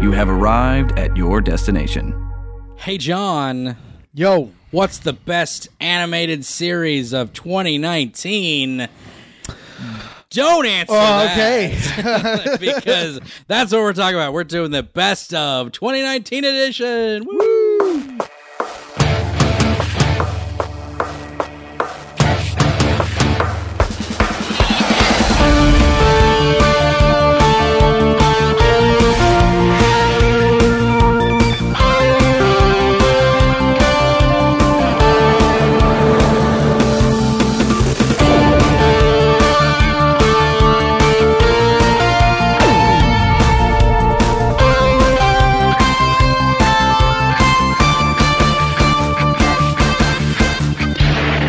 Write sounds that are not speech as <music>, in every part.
You have arrived at your destination. Hey, John, Yo, what's the best animated series of 2019? Don't answer Oh, that, <laughs> because that's what we're talking about. We're doing the best of 2019 edition. Woo!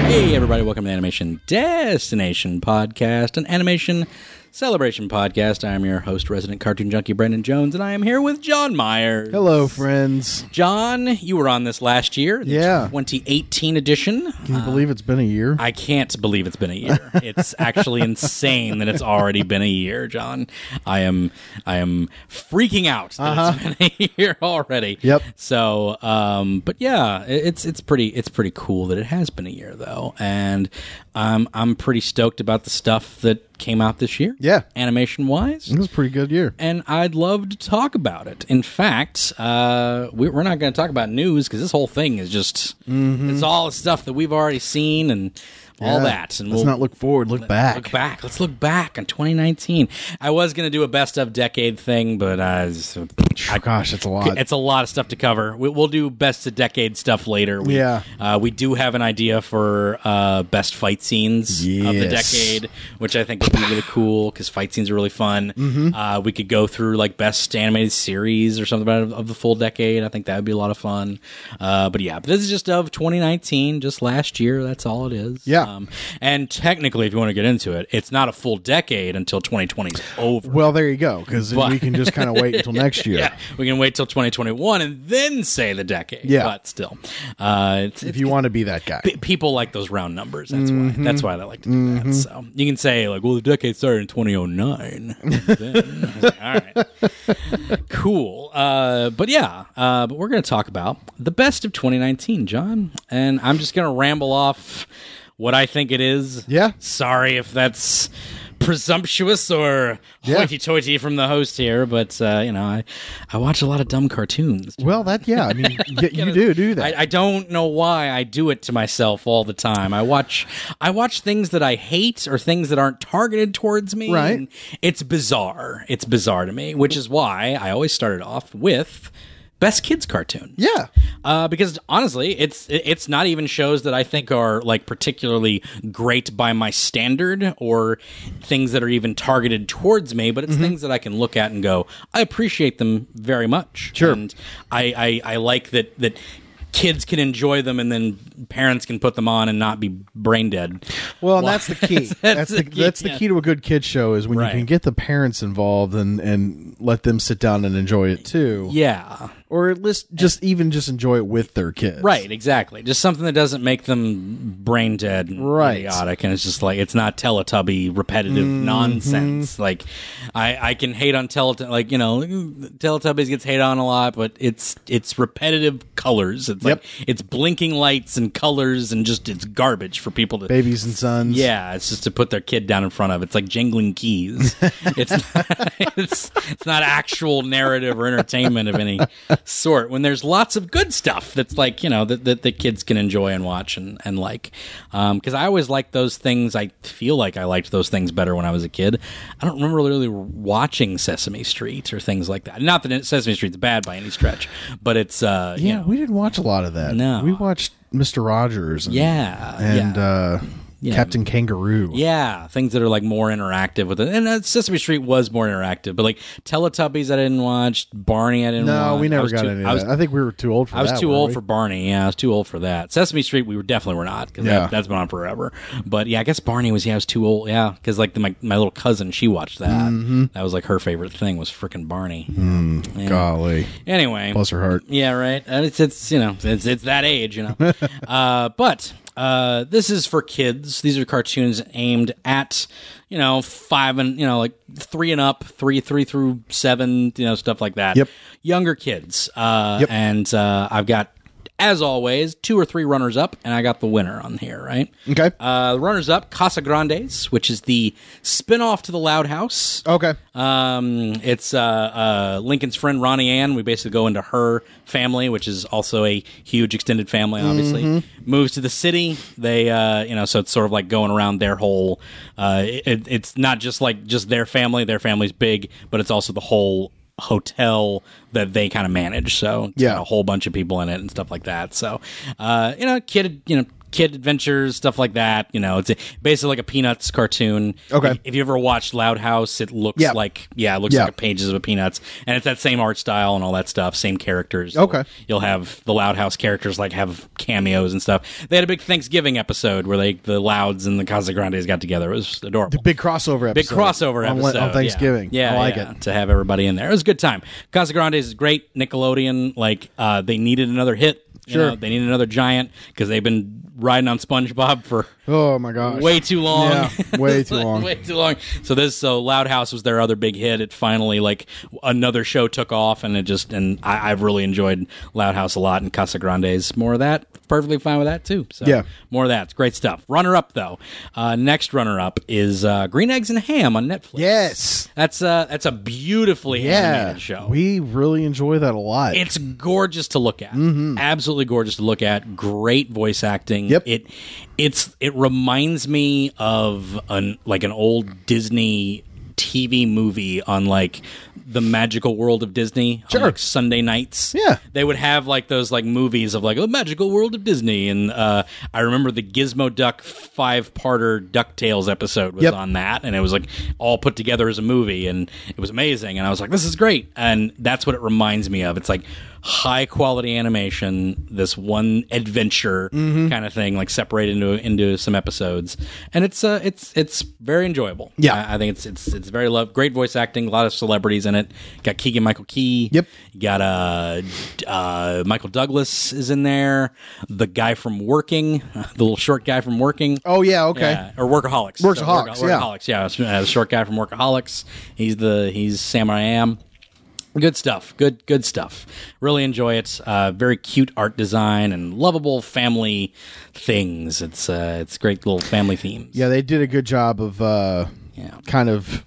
Hey, everybody, welcome to Animation Destination Podcast, an animation celebration podcast. I am your host, resident cartoon junkie Brandon Jones, and I am here with John Myers. hello, friends. John, you were on this last year, the Yeah. 2018 edition. Can you believe it's been a year? Uh, I can't believe it's been a <laughs> year. It's actually insane that it's already been a year, John. I am I am freaking out that it's been a year already. Uh-huh. Yep. So, um, but yeah, i- it's it's pretty it's pretty cool that it has been a year though, and um, I'm pretty stoked about the stuff that came out this year. Yeah. Animation wise it was a pretty good year. and I'd love to talk about it. In fact, uh, we, we're not going to talk about news because this whole thing is just it's all the stuff that we've already seen and all Mm-hmm. Yeah. that. And Let's we'll not look forward, look back. look back. Let's look back on 2019. I was going to do a best of decade thing, but uh, it's, I- Oh, Gosh, it's a lot. it's a lot of stuff to cover. We, we'll do best of decade stuff later. We, Yeah. uh, we do have an idea for uh, best fight scenes of the Yes. decade, which I think would be really cool because fight scenes are really fun. Mm-hmm. Uh, we could go through like best animated series or something of, of the full decade. I think that would be a lot of fun. Uh, but yeah, but this is just of 2019, just last year. That's all it is. Yeah. Um, and technically, if you want to get into it, it's not a full decade until 2020 is over. Well, there you go, because we can <laughs> just kind of wait until next year. Yeah, we can wait till 2021 and then say the decade. Yeah. but still, uh, it's, If you want to be that guy. p- people like those round numbers. That's why. Mm-hmm. That's why they like to do that. So you can say like, "Well, the decade started in <laughs> 2009." Then- All right, cool. Uh, but yeah, uh, but we're going to talk about the best of 2019, John, and I'm just going to ramble off what I think it is. Yeah. Sorry if that's presumptuous or Yeah. hoity-toity from the host here, but uh, you know, I I watch a lot of dumb cartoons. well, that, yeah, <laughs> I mean, y- you do do that. I, I don't know why I do it to myself all the time. I watch I watch things that I hate or things that aren't targeted towards me. Right. and It's bizarre. It's bizarre to me, which is why I always started off with best kids cartoon. yeah. Uh, because honestly, it's it- it's not even shows that I think are like particularly great by my standard or things that are even targeted towards me, but it's things that I can look at and go, I appreciate them very much. Sure. and I I, I like that that. Kids can enjoy them, and then parents can put them on and not be brain dead. Well, and that's <laughs> the key. that's, the, the key, that's the yeah. key to a good kid show is when Right. you can get the parents involved and and let them sit down and enjoy it too, Yeah, or at least just even just enjoy it with their kids. right. Exactly. Just something that doesn't make them brain dead, and Right. Idiotic, and it's just like it's not Teletubby repetitive nonsense. Like I, I can hate on Teletubby. Like you know, Teletubbies gets hate on a lot, but it's it's repetitive colors. It's like it's blinking lights and colors, and just it's garbage for people to Babies and sons. yeah, it's just to put their kid down in front of. It's like jingling <laughs> keys. it's, not, it's it's not actual narrative or entertainment of any sort. When there's lots of good stuff that's like you know that that the kids can enjoy and watch and and like. Because I always liked those things. I feel like I liked those things better when I was a kid. I don't remember really watching Sesame Street or things like that. Not that Sesame Street's bad by any stretch, but it's uh, you Yeah, know, we didn't watch a lot of that. No. we watched Mister Rogers. And, yeah, and yeah. uh, Yeah. Captain Kangaroo. Yeah, things that are like more interactive with it. And uh, Sesame Street was more interactive, but like Teletubbies, I didn't watch. Barney, I didn't. No, watch. we I never was got too, any of I was, that. I think we were too old for I was that, too weren't old we? for Barney. Yeah, I was too old for that. Sesame Street, we were definitely were not because Yeah. that, that's been on forever. But yeah, I guess Barney was. Yeah, I was too old. Yeah, because like the, my my little cousin, she watched that. Mm-hmm. That was like her favorite thing was freaking Barney. Yeah. Golly, Anyway, bless her heart. <laughs> yeah, right. And it's it's you know it's it's that age, you know. uh, but Uh, this is for kids. These are cartoons aimed at, you know, five and you know, like three and up, three, three through seven, you know, stuff like that. Yep. Younger kids. Uh, Yep. and uh, I've got, as always, two or three runners up, and I got the winner on here, right? Okay. Uh, the runners up, Casa Grandes, which is the spin off to the Loud House. okay. Um, it's uh, uh, Lincoln's friend Ronnie Ann. We basically go into her family, which is also a huge extended family. Obviously, Mm-hmm. moves to the city. They, uh, you know, so it's sort of like going around their whole. Uh, it, it's not just like just their family. Their family's big, but it's also the whole hotel that they kind of manage. So it's Yeah. got a whole bunch of people in it and stuff like that. So, uh, you know, kid, you know. Kid adventures, stuff like that. You know, it's basically like a Peanuts cartoon. Okay. If- if you ever watched Loud House, it looks Yeah. like yeah, it looks Yeah. like a pages of a peanuts, and it's that same art style and all that stuff, same characters. Okay. you'll have the Loud House characters like have cameos and stuff. They had a big Thanksgiving episode where they the Louds and the Casa Grandes got together. It was adorable. Big crossover episode. Big crossover on, episode on Thanksgiving. Yeah, I like yeah, it. to have everybody in there. It was a good time. Casa Grandes is great. Nickelodeon, like uh, they needed another hit. You Sure. know, they needed another giant because they've been riding on SpongeBob for Oh my gosh. way too long. Yeah, <laughs> way too long. way too long. So this, so Loud House was their other big hit. It finally like another show took off, and it just and I, I've really enjoyed Loud House a lot, and Casa Grande's more of that. Perfectly fine with that too. So Yeah. more of that. It's great stuff. Runner up though, uh, next runner up is uh, Green Eggs and Ham on Netflix. Yes. that's a that's a beautifully Yeah. animated show. We really enjoy that a lot. It's gorgeous to look at. Absolutely gorgeous to look at. Great voice acting. Mm-hmm. Yep. It it's it reminds me of an like an old Disney TV movie on like the magical world of Disney on, Sure. like, Sunday nights. Yeah. They would have like those like movies of like the magical world of Disney and uh I remember the Gizmo Duck five-parter DuckTales episode was Yep. on that and it was like all put together as a movie and it was amazing and I was like this is great and that's what it reminds me of. It's like high quality animation, this one adventure Mm-hmm. kind of thing like separated into into some episodes. And it's uh it's it's very enjoyable. Yeah. I, I think it's it's it's very love great voice acting, a lot of celebrities in it. Got Keegan Michael Key. Yep. You got uh, uh, Michael Douglas is in there. The guy from Working, <laughs> the little short guy from Working. oh yeah. Okay. Yeah, or Workaholics. Workaholics, yeah. Workaholics, yeah. it's, uh, the short guy from Workaholics. He's the he's Sam I Am. Good stuff. Good good stuff. Really enjoy it. Uh, very cute art design and lovable family things. It's uh, it's great little family themes. Yeah, they did a good job of uh, Yeah. kind of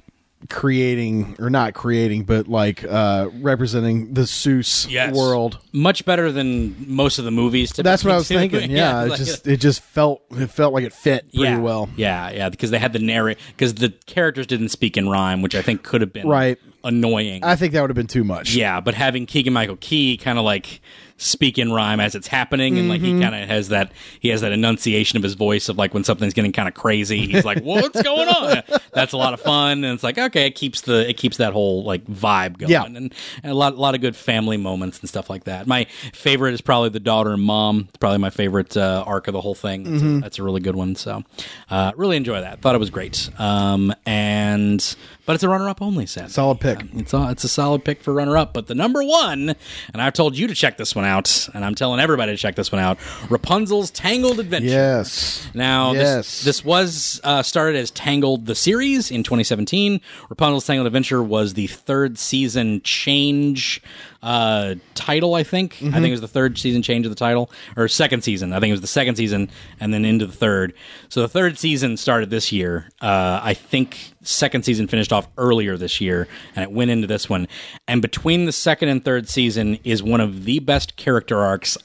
creating or not creating, but like uh, representing the Seuss Yes. world. Much better than most of the movies. That's what I <laughs> was typically do. thinking. Yeah, it like- just it just felt it felt like it fit pretty yeah. well. Yeah, yeah, because they had the narrate because the characters didn't speak in rhyme, which I think could have been Right. annoying. I think that would have been too much. yeah, but having Keegan Michael Key kind of like speak in rhyme as it's happening, and like Mm-hmm. he kind of has that he has that enunciation of his voice of like when something's getting kind of crazy, he's like, <laughs> "What's going on?" That's a lot of fun, and it's like okay, it keeps the it keeps that whole like vibe going, Yeah. and, and a lot a lot of good family moments and stuff like that. My favorite is probably the daughter and mom. It's probably my favorite uh, arc of the whole thing. That's, Mm-hmm. a, that's a really good one. So uh, really enjoy that. Thought it was great. Um, and but it's a runner up only. Sadly. Solid pick. Yeah, it's a, it's a solid pick for runner up. But the number one, and I've told you to check this one out, and I'm telling everybody to check this one out. Rapunzel's Tangled Adventure. Yes. Now, Yes. this, this was uh, started as Tangled the series in 2017. Rapunzel's Tangled Adventure was the third season change uh, title, I think. Mm-hmm. I think it was the third season change of the title, or second season. I think it was the second season, and then into the third. So the third season started this year. Uh, I think second season finished off earlier this year, and it went into this one. And between the second and third season is one of the best character arcs.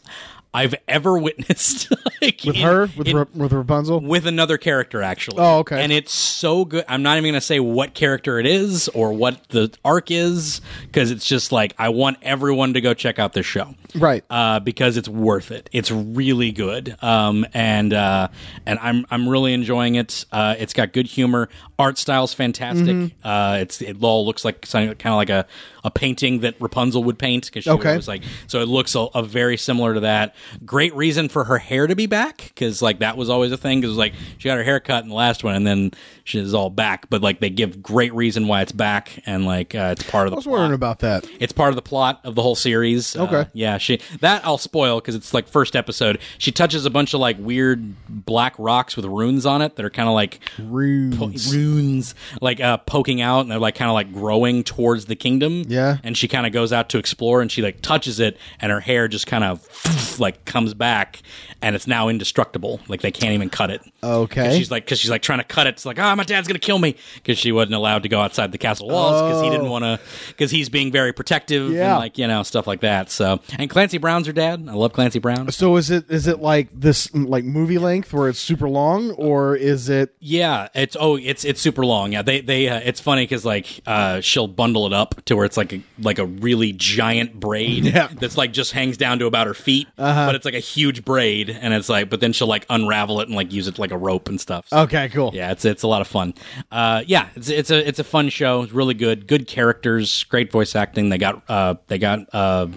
I've ever <laughs> witnessed like With in- her, with in- Ra- with Rapunzel. with another character actually. Oh, okay. And it's so good. I'm not even going to say what character it is or what the arc is because it's just like I want everyone to go check out this show. Right. Uh, because it's worth it. It's really good. Um, and uh, and I'm I'm really enjoying it. Uh, it's got good humor. Art style's fantastic. Mm-hmm. Uh, it's it all looks like kind of like a, a painting that Rapunzel would paint because she Okay. was like so it looks a, a very similar to that. Great reason for her hair to be back because like that was always a thing because like she got her hair cut in the last one and then she's all back. But like they give great reason why it's back and like uh, it's part of I the was plot. wondering about that. It's part of the plot of the whole series. Uh, Okay. yeah, she that I'll spoil because it's like first episode. She touches a bunch of like weird black rocks with runes on it that are kind of like Runes. runes like uh poking out and they're like kind of like growing towards the kingdom Yeah. and she kind of goes out to explore and she like touches it and her hair just kind of like comes back and it's now indestructible like they can't even cut it 'Cause Okay. she's like because she's like trying to cut it it's like ah my dad's gonna kill me because she wasn't allowed to go outside the castle walls because he didn't want to because he's being very protective Oh. Yeah. and like you know stuff like that so and clancy brown's her dad i love clancy brown so is it is it like this mm, like movie length where it's super long or is it Yeah, it's oh, it's it's super long. Yeah, they they uh, it's funny because like uh, she'll bundle it up to where it's like a, like a really giant braid Yeah. that's like just hangs down to about her feet, but it's like a huge braid, and it's like but then she'll like unravel it and like use it like a rope and stuff. So, okay? Cool. Oh, Yeah, it's it's a lot of fun. Uh, yeah, it's it's a it's a fun show. It's really good, good characters, great voice acting. They got uh they got uh.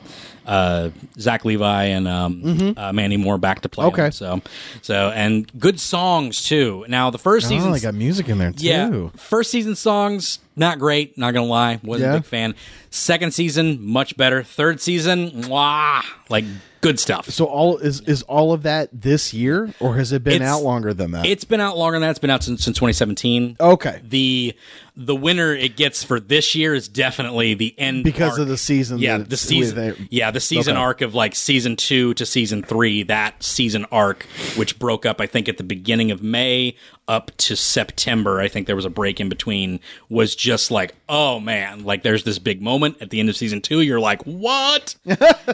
Uh, Zach Levi and um, uh, Manny Moore back to play. Mm-hmm. Okay. him, so, so and good songs too. Now the first Oh, season, they got music in there too. yeah. First season songs, not great, not gonna lie. Wasn't Yeah. a big fan. Second season, much better. Third season, mwah, like good stuff. So all is is all of that this year or has it been It's- out longer than that? it's been out longer than that. It's been out since, since 2017. okay. The the winner it gets for this year is definitely the end Because arc. of the season Yeah, that the it's- season. they- yeah, the season Okay. arc of like season two to season three. That season arc, which broke up, I think, at the beginning of May up to September. I think there was a break in between. Was just like, oh man, like there's this big moment at the end of season two. You're like, <laughs> what?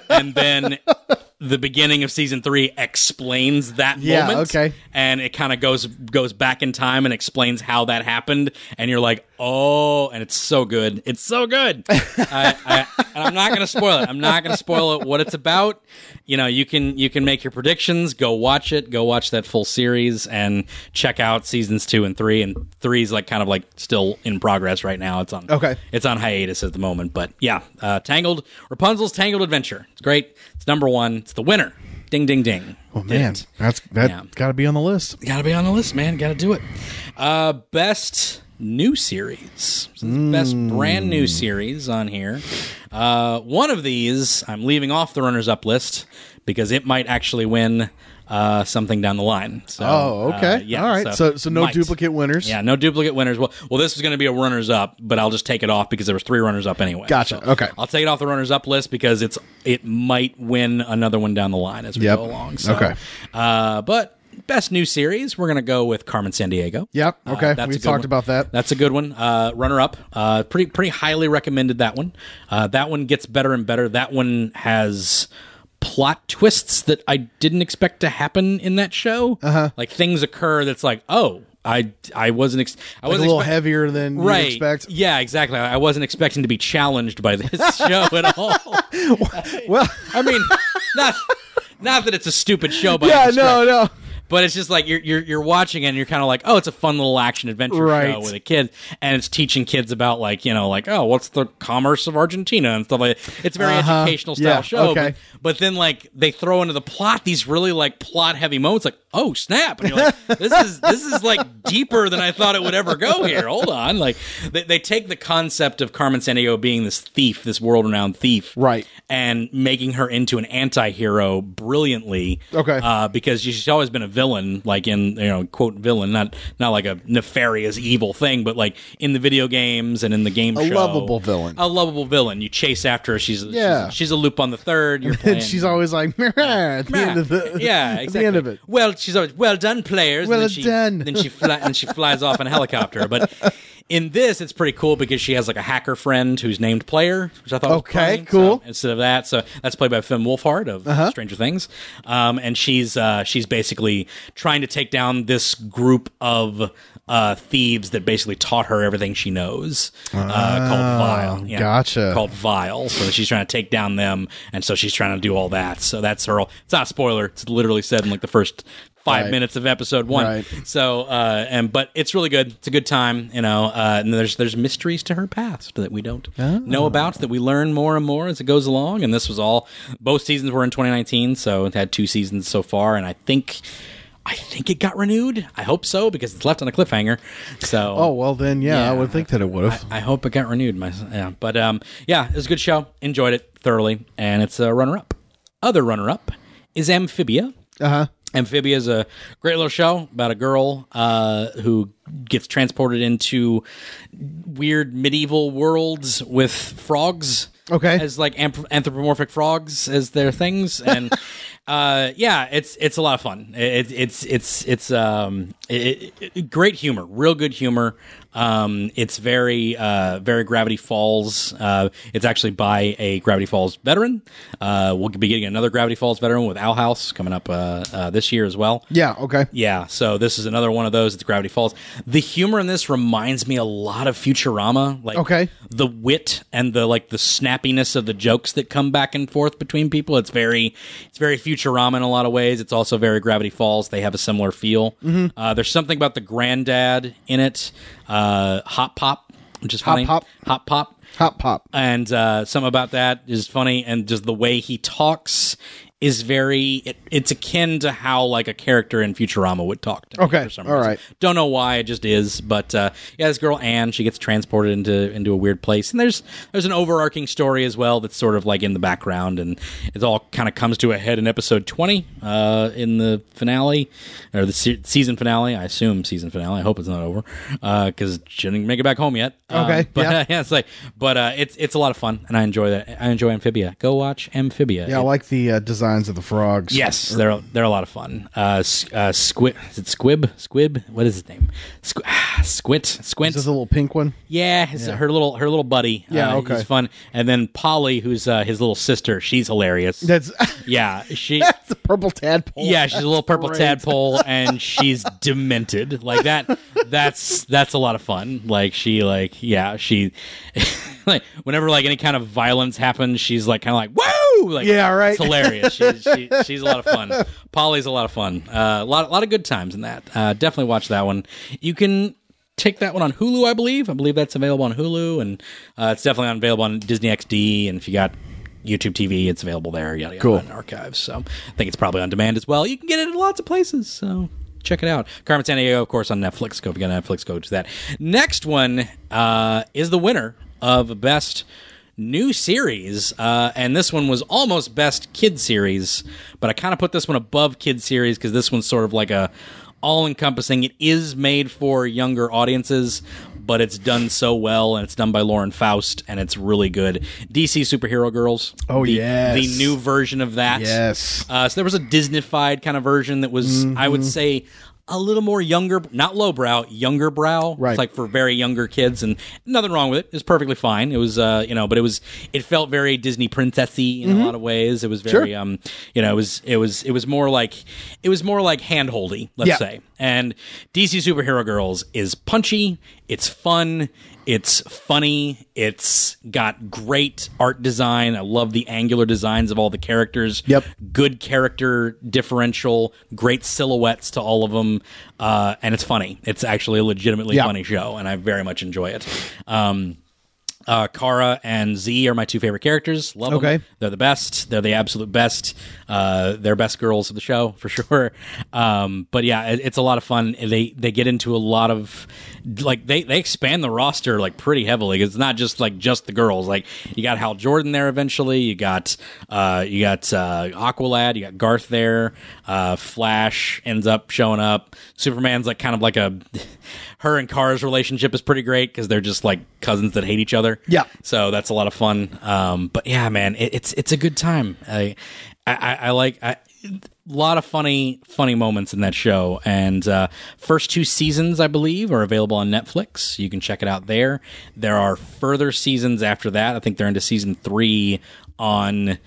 and then the beginning of season three explains that Yeah, moment. okay. And it kind of goes goes back in time and explains how that happened. And you're like, oh, and it's so good. It's so <laughs> good. I, I, and I'm not gonna spoil it. I'm not gonna spoil it. What it's about. You know, you can you can make your predictions. Go watch it. Go watch that full series and check out seasons two and three. And three is like kind of like still in progress right now. It's on Okay. it's on hiatus at the moment, but yeah, uh, Tangled Rapunzel's Tangled Adventure. It's great. It's number one. It's the winner. Ding ding ding. Oh man, that's that Yeah. got to be on the list. Got to be on the list, man. Got to do it. Uh, best new series. So the Best Hmm. brand new series on here. Uh, one of these I'm leaving off the runners up list because it might actually win uh, something down the line. So, Oh, okay. uh, yeah, All right. So so, no might. duplicate winners. Yeah, no duplicate winners. Well, well, this is going to be a runners up, but I'll just take it off because there was three runners up anyway. Gotcha. Okay. I'll take it off the runners up list because it's it might win another one down the line as we Yep. go along. So, Okay. Uh, but best new series, we're going to go with Carmen San Diego. Yep. Okay. that's we a good talked one. about that. That's a good one. Uh, runner up. Uh, pretty pretty highly recommended that one. Uh, that one gets better and better. That one has plot twists that I didn't expect to happen in that show. Uh-huh. Like things occur that's like, oh, I I wasn't ex- I Like a wasn't little expect- heavier than you right. expect. Yeah, exactly. I I wasn't expecting to be challenged by this <laughs> show at all. <laughs> Well, I mean, not not that it's a stupid show by yeah, any stretch, <laughs> no, no. but it's just like you're you're, you're watching it and you're kind of like, oh, it's a fun little action adventure Right. show with a kid, and it's teaching kids about like you know like oh, what's the commerce of Argentina and stuff like that. It's a very Uh-huh. educational style Yeah, show, okay. but, but then like they throw into the plot these really like plot heavy moments, like oh snap, and you're <laughs> like this is this is like deeper than I thought it would ever go here. Hold on, like they, they take the concept of Carmen Sandiego being this thief, this world renowned thief, Right. and making her into an anti-hero brilliantly Okay. uh, because she's always been a villain, like in you know quote villain, not not like a nefarious evil thing, but like in the video games and in the game A show, lovable villain. a lovable villain. You chase after her. She's Yeah. she's, she's a loop on the third. You're playing. <laughs> And she's always like at the end of the <laughs> yeah, at exactly. the end of it. Well, she's always well done, players. and Well then she, done. Then she fly, and she flies off in a helicopter. But in this, it's pretty cool because she has like a hacker friend who's named Player, which I thought was Okay, brilliant. cool. Uh-huh. So instead of that, so that's played by Finn Wolfhard of Stranger Things, um, and she's uh, she's basically trying to take down this group of. Uh, thieves that basically taught her everything she knows, uh, called Vile. Yeah, gotcha. Called Vile. So she's trying to take down them, and so she's trying to do all that. So that's her. It's not a spoiler. It's literally said in like the first five Right. minutes of episode one. Right. So, uh, and but it's really good. It's a good time, you know. Uh, and there's there's mysteries to her past that we don't Ah. know about that we learn more and more as it goes along. And this was all both seasons were in 2019, so it had two seasons so far, and I think. I think it got renewed. I hope so because it's left on a cliffhanger. So Oh well, then yeah, I Yeah. would think that it would have. I hope it got renewed. My yeah, but um, yeah, it was a good show. Enjoyed it thoroughly, and it's a runner up. Other runner up is Amphibia. Uh huh. Amphibia is a great little show about a girl uh, who gets transported into weird medieval worlds with frogs. Okay. as like amp- anthropomorphic frogs as their things, and uh, yeah, it's it's a lot of fun. It, it's it's it's um it, it- it- great humor, real good humor. Um, it's very uh, very Gravity Falls. Uh, it's actually by a Gravity Falls veteran. Uh, we'll be getting another Gravity Falls veteran with Owl House coming up uh, uh, this year as well. Yeah. Okay. Yeah, so this is another one of those. It's Gravity Falls. The humor in this reminds me a lot of Futurama. Like Okay. the wit and the like the snappiness of the jokes that come back and forth between people. It's very it's very Futurama in a lot of ways. It's also very Gravity Falls. They have a similar feel. Mm-hmm. Uh, there's something about the granddad in it. Uh, Hot Pop, which is funny. Pop. Hot Pop Hot pop. and uh, some about that is funny, and just the way he talks is very. It, it's akin to how like a character in Futurama would talk. To me Okay, for some all reason. right. Don't know why it just is, but uh, yeah, this girl Anne she gets transported into into a weird place, and there's there's an overarching story as well that's sort of like in the background, and it all kind of comes to a head in episode twenty uh, in the finale or the se- season finale. I assume season finale. I hope it's not over because she didn't make it back home yet. Um, Okay, but yeah. <laughs> yeah, it's like, but uh, it's it's a lot of fun, and I enjoy that. I enjoy Amphibia. Go watch Amphibia. Yeah, I It- like the uh, designs of the frogs. yes, they're they're a lot of fun. Uh, s- uh Squib, is it Squib? Squib? What is his name? Squ- ah, Squint, Squint. Is this a little pink one? yeah, his, her little her little buddy. Yeah, uh, okay. he's fun. And then Polly, who's uh, his little sister, she's hilarious. That's <laughs> yeah, she. that's a purple tadpole. Yeah, she's a little purple great. tadpole, <laughs> and she's demented. Like that. That's that's a lot of fun. Like she, like yeah, she, <laughs> like whenever like any kind of violence happens, she's like kind of like whoa, like Yeah, right. It's hilarious. She's <laughs> she, she's a lot of fun. Polly's a lot of fun. Uh, a lot a lot of good times in that. Uh, definitely watch that one. You can. Take that one on Hulu, I believe. I believe that's available on Hulu, and uh, it's definitely available on Disney XD. And if you got YouTube TV, it's available there. Yada yada. Cool. and archives. So I think it's probably on demand as well. You can get it in lots of places. So check it out. Carmen San Diego, of course, on Netflix. Go if you got Netflix, go to that. Next one uh, is the winner of best new series, uh, and this one was almost best kid series, but I kind of put this one above kid series because this one's sort of like a all encompassing. It is made for younger audiences, but it's done so well, and it's done by Lauren Faust, and it's really good. DC Superhero Girls. Oh, the, yes. the new version of that. Yes. Uh, so there was a Disneyfied kind of version that was, I Mm-hmm. would say, a little more younger, not lowbrow, younger brow. Right. It's like for very younger kids, and nothing wrong with it. It's perfectly fine. It was, uh, you know, but it was, it felt very Disney princessy in Mm-hmm. a lot of ways. It was very, um, you know, it was, it was, it was more like, it was more like handholdy, let's Yeah. say. And DC Superhero Girls is punchy, it's fun, it's funny, it's got great art design. I love the angular designs of all the characters. Yep. Good character differential, great silhouettes to all of them. Uh, and it's funny. It's actually a legitimately Yeah. funny show, and I very much enjoy it. Um, uh, Kara and Z are my two favorite characters. Love Okay. them. They're the best. They're the absolute best. Uh, they're best girls of the show for <laughs> sure. Um, but yeah, it, it's a lot of fun. They they get into a lot of like they they expand the roster like pretty heavily. It's not just like just the girls. Like you got Hal Jordan there eventually. You got uh, you got uh, Aqualad. You got Garth there. Uh, Flash ends up showing up. Superman's like kind of like a <laughs> her and Kara's relationship is pretty great because they're just like cousins that hate each other. Yeah. So that's a lot of fun. Um, but yeah, man, it, it's it's a good time. I I, I, I like a lot of funny funny moments in that show. And uh, first two seasons, I believe, are available on Netflix. You can check it out there. There are further seasons after that. I think they're into season three on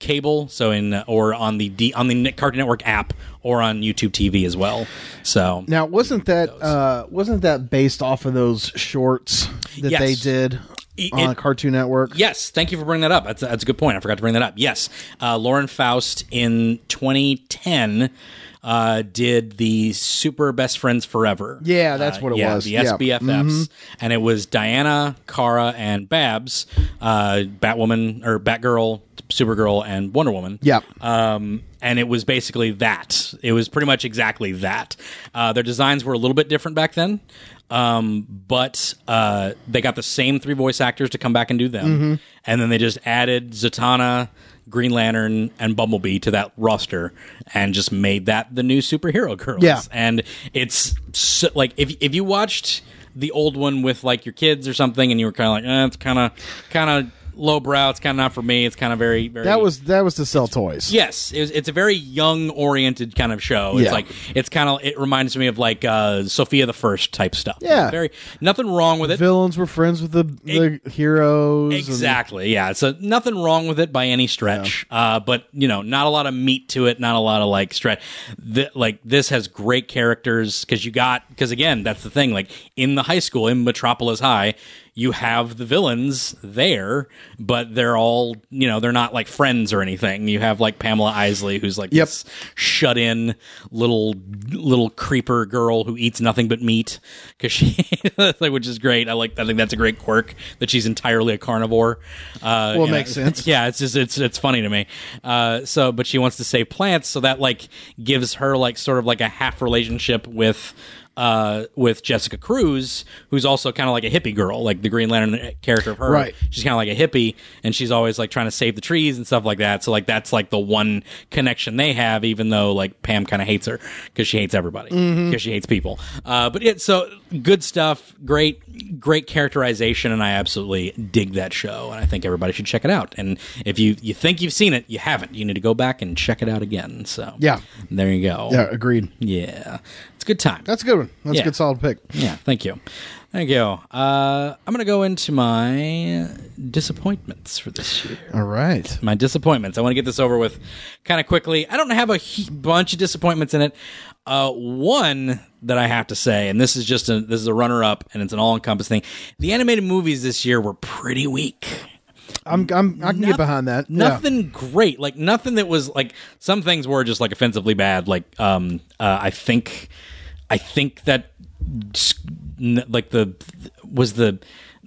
cable so in or on the D, on the cartoon network app or on youtube tv as well so Now, wasn't that uh, wasn't that based off of those shorts that Yes. they did It- on it- Cartoon Network? Yes, thank you for bringing that up. That's a, that's a good point. I forgot to bring that up. Yes, uh, Lauren Faust in 2010 uh, did the Super Best Friends Forever. Yeah, that's Uh, what it yeah, was. Mm-hmm. The Yeah. SBFFs, and it was Diana, Kara, and Babs, uh, Batwoman or Batgirl, Supergirl, and Wonder Woman. Yep. Um, and it was basically that. It was pretty much exactly that. Uh, their designs were a little bit different back then, um, but uh, they got the same three voice actors to come back and do them, Mm-hmm. and then they just added Zatanna. Green Lantern and Bumblebee to that roster, and just made that the new superhero girls. Yeah. and it's so, like if if you watched the old one with like your kids or something, and you were kind of like, eh, it's kind of kind of lowbrow. It's kind of not for me. It's kind of very very That was that was to sell toys. Yes, it was, it's a very young oriented kind of show. It's Yeah. like it's kind of it reminds me of like uh, Sophia the First type stuff. Yeah. very nothing wrong with it. Villains were friends with the, the heroes. and- Exactly. Yeah. So nothing wrong with it by any stretch. Uh, but you know, not a lot of meat to it. Not a lot of like stretch. Th- like this has great characters because you got because again that's the thing. Like in the high school in Metropolis High, you have the villains there, but they're all you know they're not like friends or anything. You have like Pamela Isley who's like Yep. this shut in little little creeper girl who eats nothing but meat because she <laughs> like, which is great i like i think that's a great quirk that she's entirely a carnivore uh Well, it and makes I- <laughs> sense. yeah it's just it's it's funny to me uh so but she wants to save plants so that like gives her like sort of like a half relationship with uh, with Jessica Cruz, who's also kind of like a hippie girl, like the Green Lantern character of her Right. she's kind of like a hippie and she's always like trying to save the trees and stuff like that so like that's like the one connection they have even though like pam kind of hates her because she hates everybody because Mm-hmm. she hates people uh, but it's so good stuff great great characterization and i absolutely dig that show and i think everybody should check it out and if you you think you've seen it you haven't you need to go back and check it out again so Yeah. there you go Yeah, agreed. yeah it's a good time That's a good one. That's Yeah. a good solid pick. yeah, thank you. Thank you. Uh, I'm going to go into my disappointments for this year. All right. My disappointments. I want to get this over with kind of quickly. I don't have a he- bunch of disappointments in it. Uh, one that I have to say, and this is just a this is a runner up, and it's an all encompassing thing. The animated movies this year were pretty weak I'm, I'm I can get noth- behind that. Yeah. Nothing great, like nothing that was like some things were just like offensively bad. Like um, uh, I think, I think that s- n- like the was the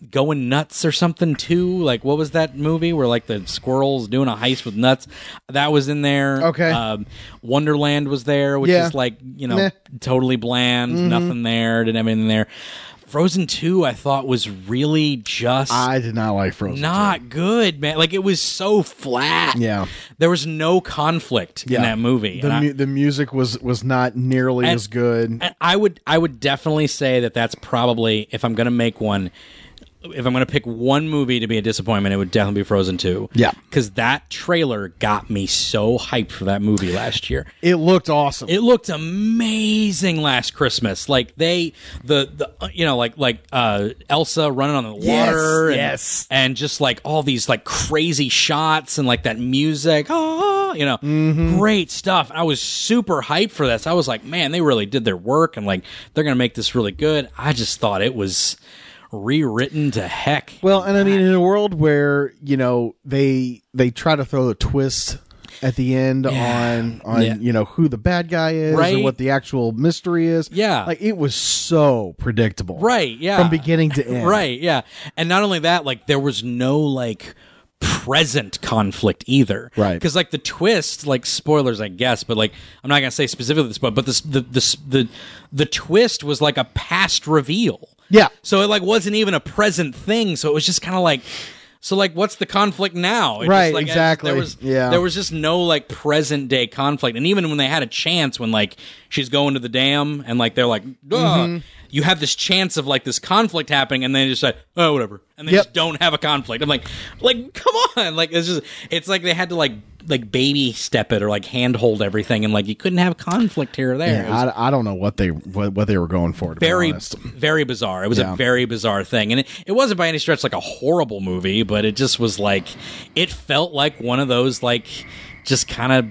going nuts or something too. Like what was that movie where like the squirrels doing a heist with nuts? That was in there. Okay. um, Wonderland was there, which Yeah. is like you know Meh. Mm-hmm. totally bland, nothing there, didn't have anything there. Frozen Two, I thought was really just I did not like Frozen. not good, man. Like it was so flat. Yeah. there was no conflict in that movie. The, and I- mu- the music was was not nearly as good. and I would I would definitely say that that's probably if I'm going to make one if I'm going to pick one movie to be a disappointment it would definitely be Frozen 2. Yeah. Cuz that trailer got me so hyped for that movie last year. it looked awesome. It looked amazing last Christmas. Like they the the you know like like uh Elsa running on the Yes, water and, yes. and just like all these like crazy shots and like that music. Oh, you know, Mm-hmm. great stuff. I was super hyped for this. I was like, man, they really did their work and like they're going to make this really good. I just thought it was rewritten to heck. well, and I mean, in a world where you know they they try to throw a twist at the end on on Yeah. you know who the bad guy is Right. or what the actual mystery is. Yeah. like it was so predictable. Right, yeah. from beginning <laughs> to end. Right, yeah. And not only that, like there was no like present conflict either. Right. Because like the twist, like spoilers, I guess, but like I'm not gonna say specifically this, but but this the this the the twist was like a past reveal. Yeah. So it like wasn't even a present thing. So it was just kind of like. So like, what's the conflict now? It Right, like, I exactly. there was Yeah. there was just no like present day conflict, and even when they had a chance, when like she's going to the dam, and like they're like, Duh, you have this chance of like this conflict happening, and then they just like, oh whatever, and they Yep. just don't have a conflict. I'm like, like come on, like it's just it's like they had to like like baby step it or like handhold everything, and like you couldn't have conflict here or there. It was- I, I don't know what they what, what they were going for. To very be honest. very bizarre. It was Yeah. a very bizarre thing, and it, it wasn't by any stretch like a horrible movie, but it just was like it felt like one of those like just kind of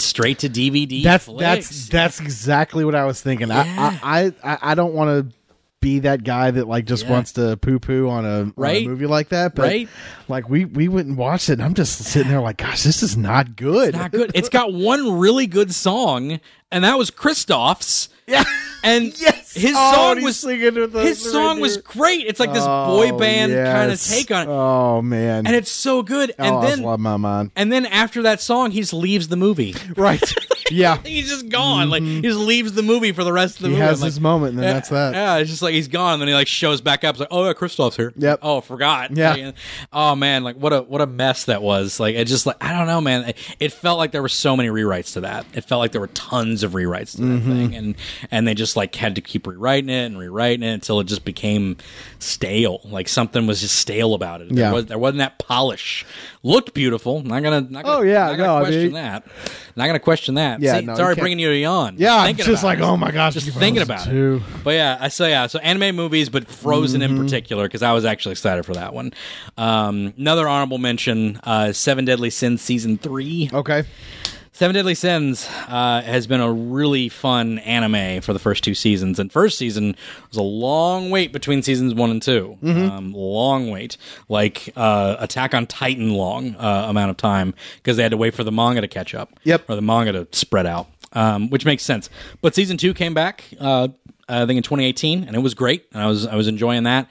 straight to DVD. That's flicks. that's that's exactly what I was thinking. I I, I I I don't want to. be that guy that like just Yeah. wants to poo poo on a on a Right? movie like that. But Right? like we we went and watched it, and I'm just sitting there like, gosh, this is not good. Not good. It's got one really good song, and that was Christoph's. <laughs> yeah. And Yes. his Oh, and song he's was singing with the- his the song was reindeer. great. It's like this Oh, boy band kind of yes. take on it, Oh man. and it's so good. And oh, I was then lost my mind. and then after that song, he just leaves the movie. <laughs> Right. <laughs> yeah. He's just gone. Like he just leaves the movie for the rest of the Mm-hmm. He movie. has I'm like, his moment, and then yeah, that's that. Yeah, it's just like he's gone. And then he like shows back up. It's like, oh yeah, Kristoff's here. Yep. Oh, forgot. Yeah. Like, oh man, like what a what a mess that was. Like it just like I don't know, man. It, it felt like there were so many rewrites to that. It felt like there were tons of rewrites to Mm-hmm. that thing, and and they just like had to keep rewriting it and rewriting it until it just became stale. Like something was just stale about it. There Yeah. was there wasn't that polish. Looked beautiful. Not gonna. Not gonna Oh, yeah, Not gonna no, I question mean- that. Not gonna question that. Yeah, See, no, you sorry, can't- bringing you on. Yeah, I'm Thinking just about like, it. oh my gosh, just if I thinking was about two. it. But yeah, I so yeah, so anime movies, but Frozen in particular, because I was actually excited for that one. Um, another honorable mention: uh, Seven Deadly Sins season three. Okay. Seven Deadly Sins uh, has been a really fun anime for the first two seasons. And first season was a long wait between seasons one and 2 Um, long wait, like uh, Attack on Titan, long uh, amount of time because they had to wait for the manga to catch up. Yep. or the manga to spread out, um, which makes sense. But season two came back, uh, I think in 2018, and it was great. And I was I was enjoying that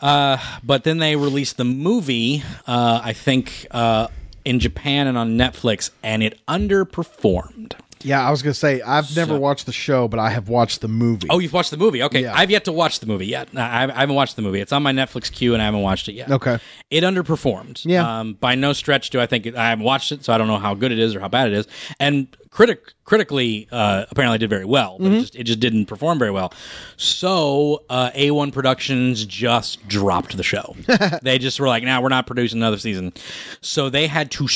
but then they released the movie uh, i think uh, in japan and on netflix and it underperformed Yeah, I was gonna say I've never watched the show, but I have watched the movie. oh you've watched the movie okay Yeah. i've yet to watch the movie yet I, I haven't watched the movie it's on my netflix queue and i haven't watched it yet Okay. it underperformed Yeah. um, by no stretch do i think it, i haven't watched it so i don't know how good it is or how bad it is and critic critically uh, apparently did very well Mm-hmm. but it, just, it just didn't perform very well so uh, a1 productions just dropped the <laughs> show they just were like now nah, we're not producing another season so they had to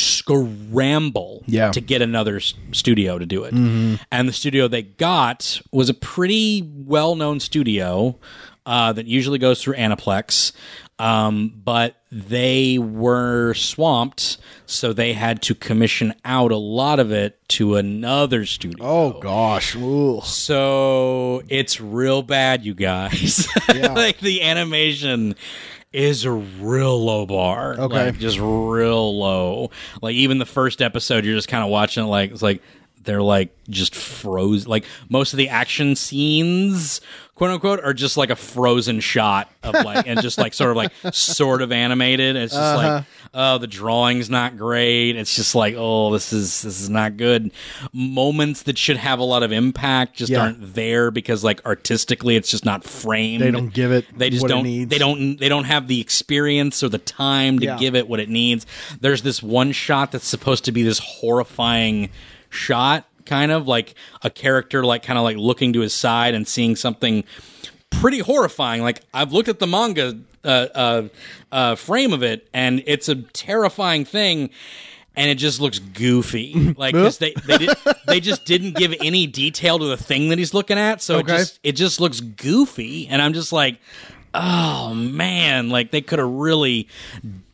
scramble Yeah. to get another s- studio to do it. Mm-hmm. And the studio they got was a pretty well known studio uh, that usually goes through Aniplex. Um, but they were swamped, so they had to commission out a lot of it to another studio. Oh gosh. Ooh. So it's real bad, you guys. <laughs> like the animation is a real low bar. Okay. Like, just real low. Like even the first episode, you're just kind of watching it like it's like they're like just froze like most of the action scenes quote unquote are just like a frozen shot of like and just like sort of like sort of animated it's just Uh-huh. like oh the drawing's not great it's just like oh this is this is not good moments that should have a lot of impact just Yeah. aren't there because like artistically it's just not framed They don't give it they just what it don't needs. they don't they don't have the experience or the time to Yeah. give it what it needs there's this one shot that's supposed to be this horrifying shot kind of like a character like kind of like looking to his side and seeing something pretty horrifying like i've looked at the manga uh, uh, uh, frame of it and it's a terrifying thing and it just looks <laughs> goofy like 'cause they they, did, they just didn't give any detail to the thing that he's looking at so Okay. it just it just looks goofy and i'm just like oh man like they could have really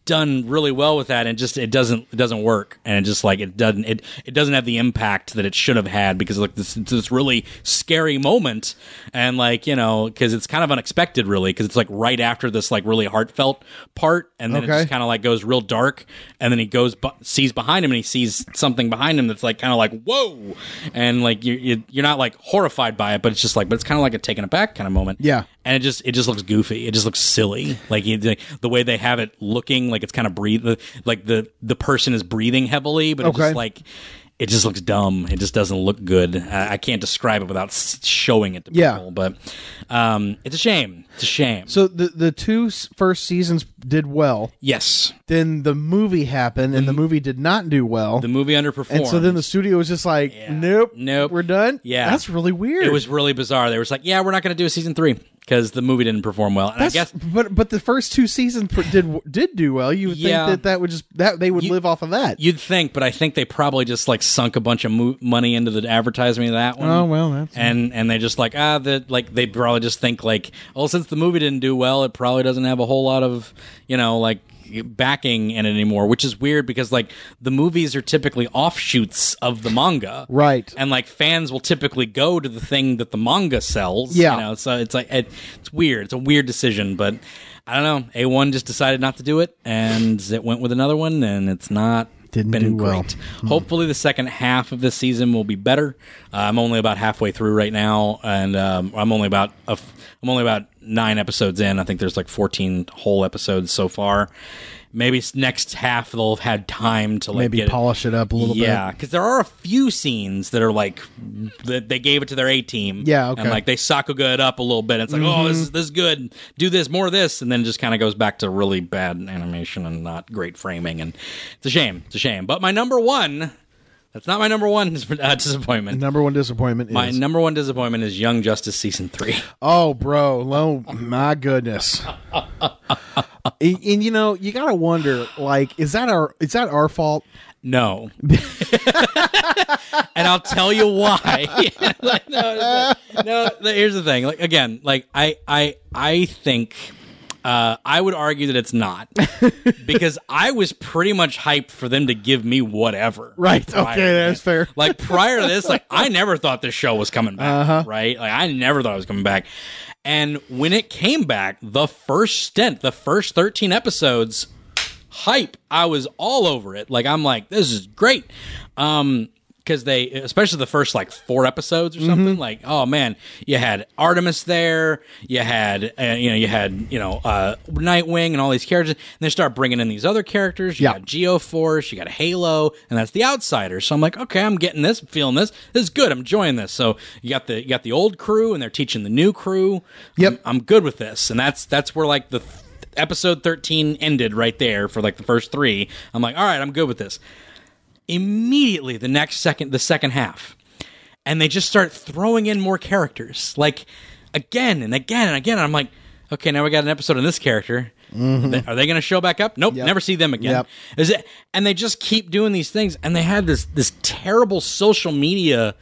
done really well with that and just it doesn't it doesn't work and it just like it doesn't it, it doesn't have the impact that it should have had because like this it's this really scary moment and like you know because it's kind of unexpected really because it's like right after this like really heartfelt part and then it Okay. just kind of like goes real dark and then he goes bu- sees behind him and he sees something behind him that's like kind of like whoa and like you, you you're not like horrified by it but it's just like but it's kind of like a taken aback kind of moment Yeah. and it just it just looks goofy. It just looks silly. Like, it, like, the way they have it looking, like it's kind of breathe, like the the person is breathing heavily, but it's Okay. just like it just looks dumb. It just doesn't look good. I, I can't describe it without s- showing it to Yeah. people. But um, it's a shame. It's a shame. So the the two s- first seasons did well. yes, Then the movie happened, and the movie did not do well. the movie underperformed. and so then the studio was just like, nope, Nope. we're done. Yeah. that's really weird. it was really bizarre. They were just like, "Yeah, we're not going to do a season three because the movie didn't perform well." And That's, I guess but but the first two seasons pr- did did do well. You would Yeah. think that that would just that they would You- live off of that. You'd think, but I think they probably just like sunk a bunch of mo- money into the advertising of that one. Oh, well, that's- and and they just like ah the like they probably just think like oh since the movie didn't do well it probably doesn't have a whole lot of you know like backing in it anymore, which is weird because like the movies are typically offshoots of the manga, Right. And like fans will typically go to the thing that the manga sells, Yeah. You know, so it's like it, it's weird. It's a weird decision, but I don't know. A one just decided not to do it, and it went with another one, and it's not. Didn't been do well. great. Hopefully, the second half of this season will be better. Uh, I'm only about halfway through right now, and um, I'm only about a f- I'm only about nine episodes in. I think there's like 14 whole episodes so far. Maybe s- next half they'll have had time to like Maybe get it- polish it up a little yeah, bit. because there are a few scenes that are like that they gave it to their A team. Yeah, okay. Mm-hmm. And like they sakuga it up a little bit. It's like, oh, this is this is good. Do this more of this, and then it just kind of goes back to really bad animation and not great framing, and it's a shame. It's a shame. But my number one, that's not my number one <laughs> dis- uh, disappointment. Number one disappointment My is number one disappointment is Young Justice season three. oh, bro, lo, my goodness. <laughs> and, and, you know, you gotta wonder, like, is that our is that our fault? No. <laughs> and I'll tell you why. <laughs> Like, no, it's like- no, the- here's the thing. Like again, like I I I think uh, I would argue that it's <laughs> not because I was pretty much hyped for them to give me whatever. Right. Okay, to that's this. fair. Like prior to this, like <laughs> I never thought this show was coming back. Uh-huh. Right. Like I never thought it was coming back. And when it came back, the first stint, the first 13 episodes, hype. I was all over it. Like I'm like, this is great. Um because they especially the first like four episodes or something like oh man you had artemis there you had uh, you know you had you know uh, nightwing and all these characters and they start bringing in these other characters you Yeah. got geo force you got halo and that's the outsiders so i'm like okay i'm getting this feeling this this is good i'm enjoying this so you got the you got the old crew and they're teaching the new crew Yep. I'm, I'm good with this and that's that's where like the th- episode 13 ended right there for like the first three i'm like all right i'm good with this immediately the next second the second half and they just start throwing in more characters like again and again and again and i'm like okay now we got an episode on this character Th- are they going to show back up nope never see them again Mm-hmm. Yep. Is it, and they just keep doing these things and they had this this terrible social media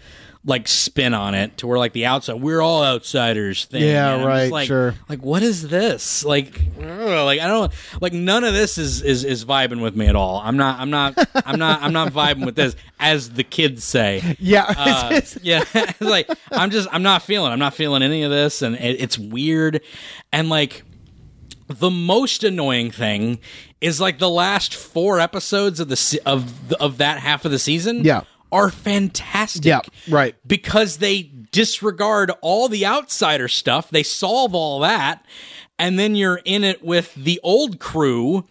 like spin on it to where like the outside we're all outsiders thing and Yeah, I'm just right, like, sure. like what is this like ugh, like i don't like none of this is is is vibing with me at all i'm not i'm not i'm not i'm not vibing with <laughs> this as the kids say Yeah. uh, yeah <laughs> It's like i'm just i'm not feeling i'm not feeling any of this and it, it's weird and like the most annoying thing is like the last four episodes of the se- of the, of that half of the season Yeah. are fantastic Yeah, right. because they disregard all the outsider stuff they solve all that and then you're in it with the old crew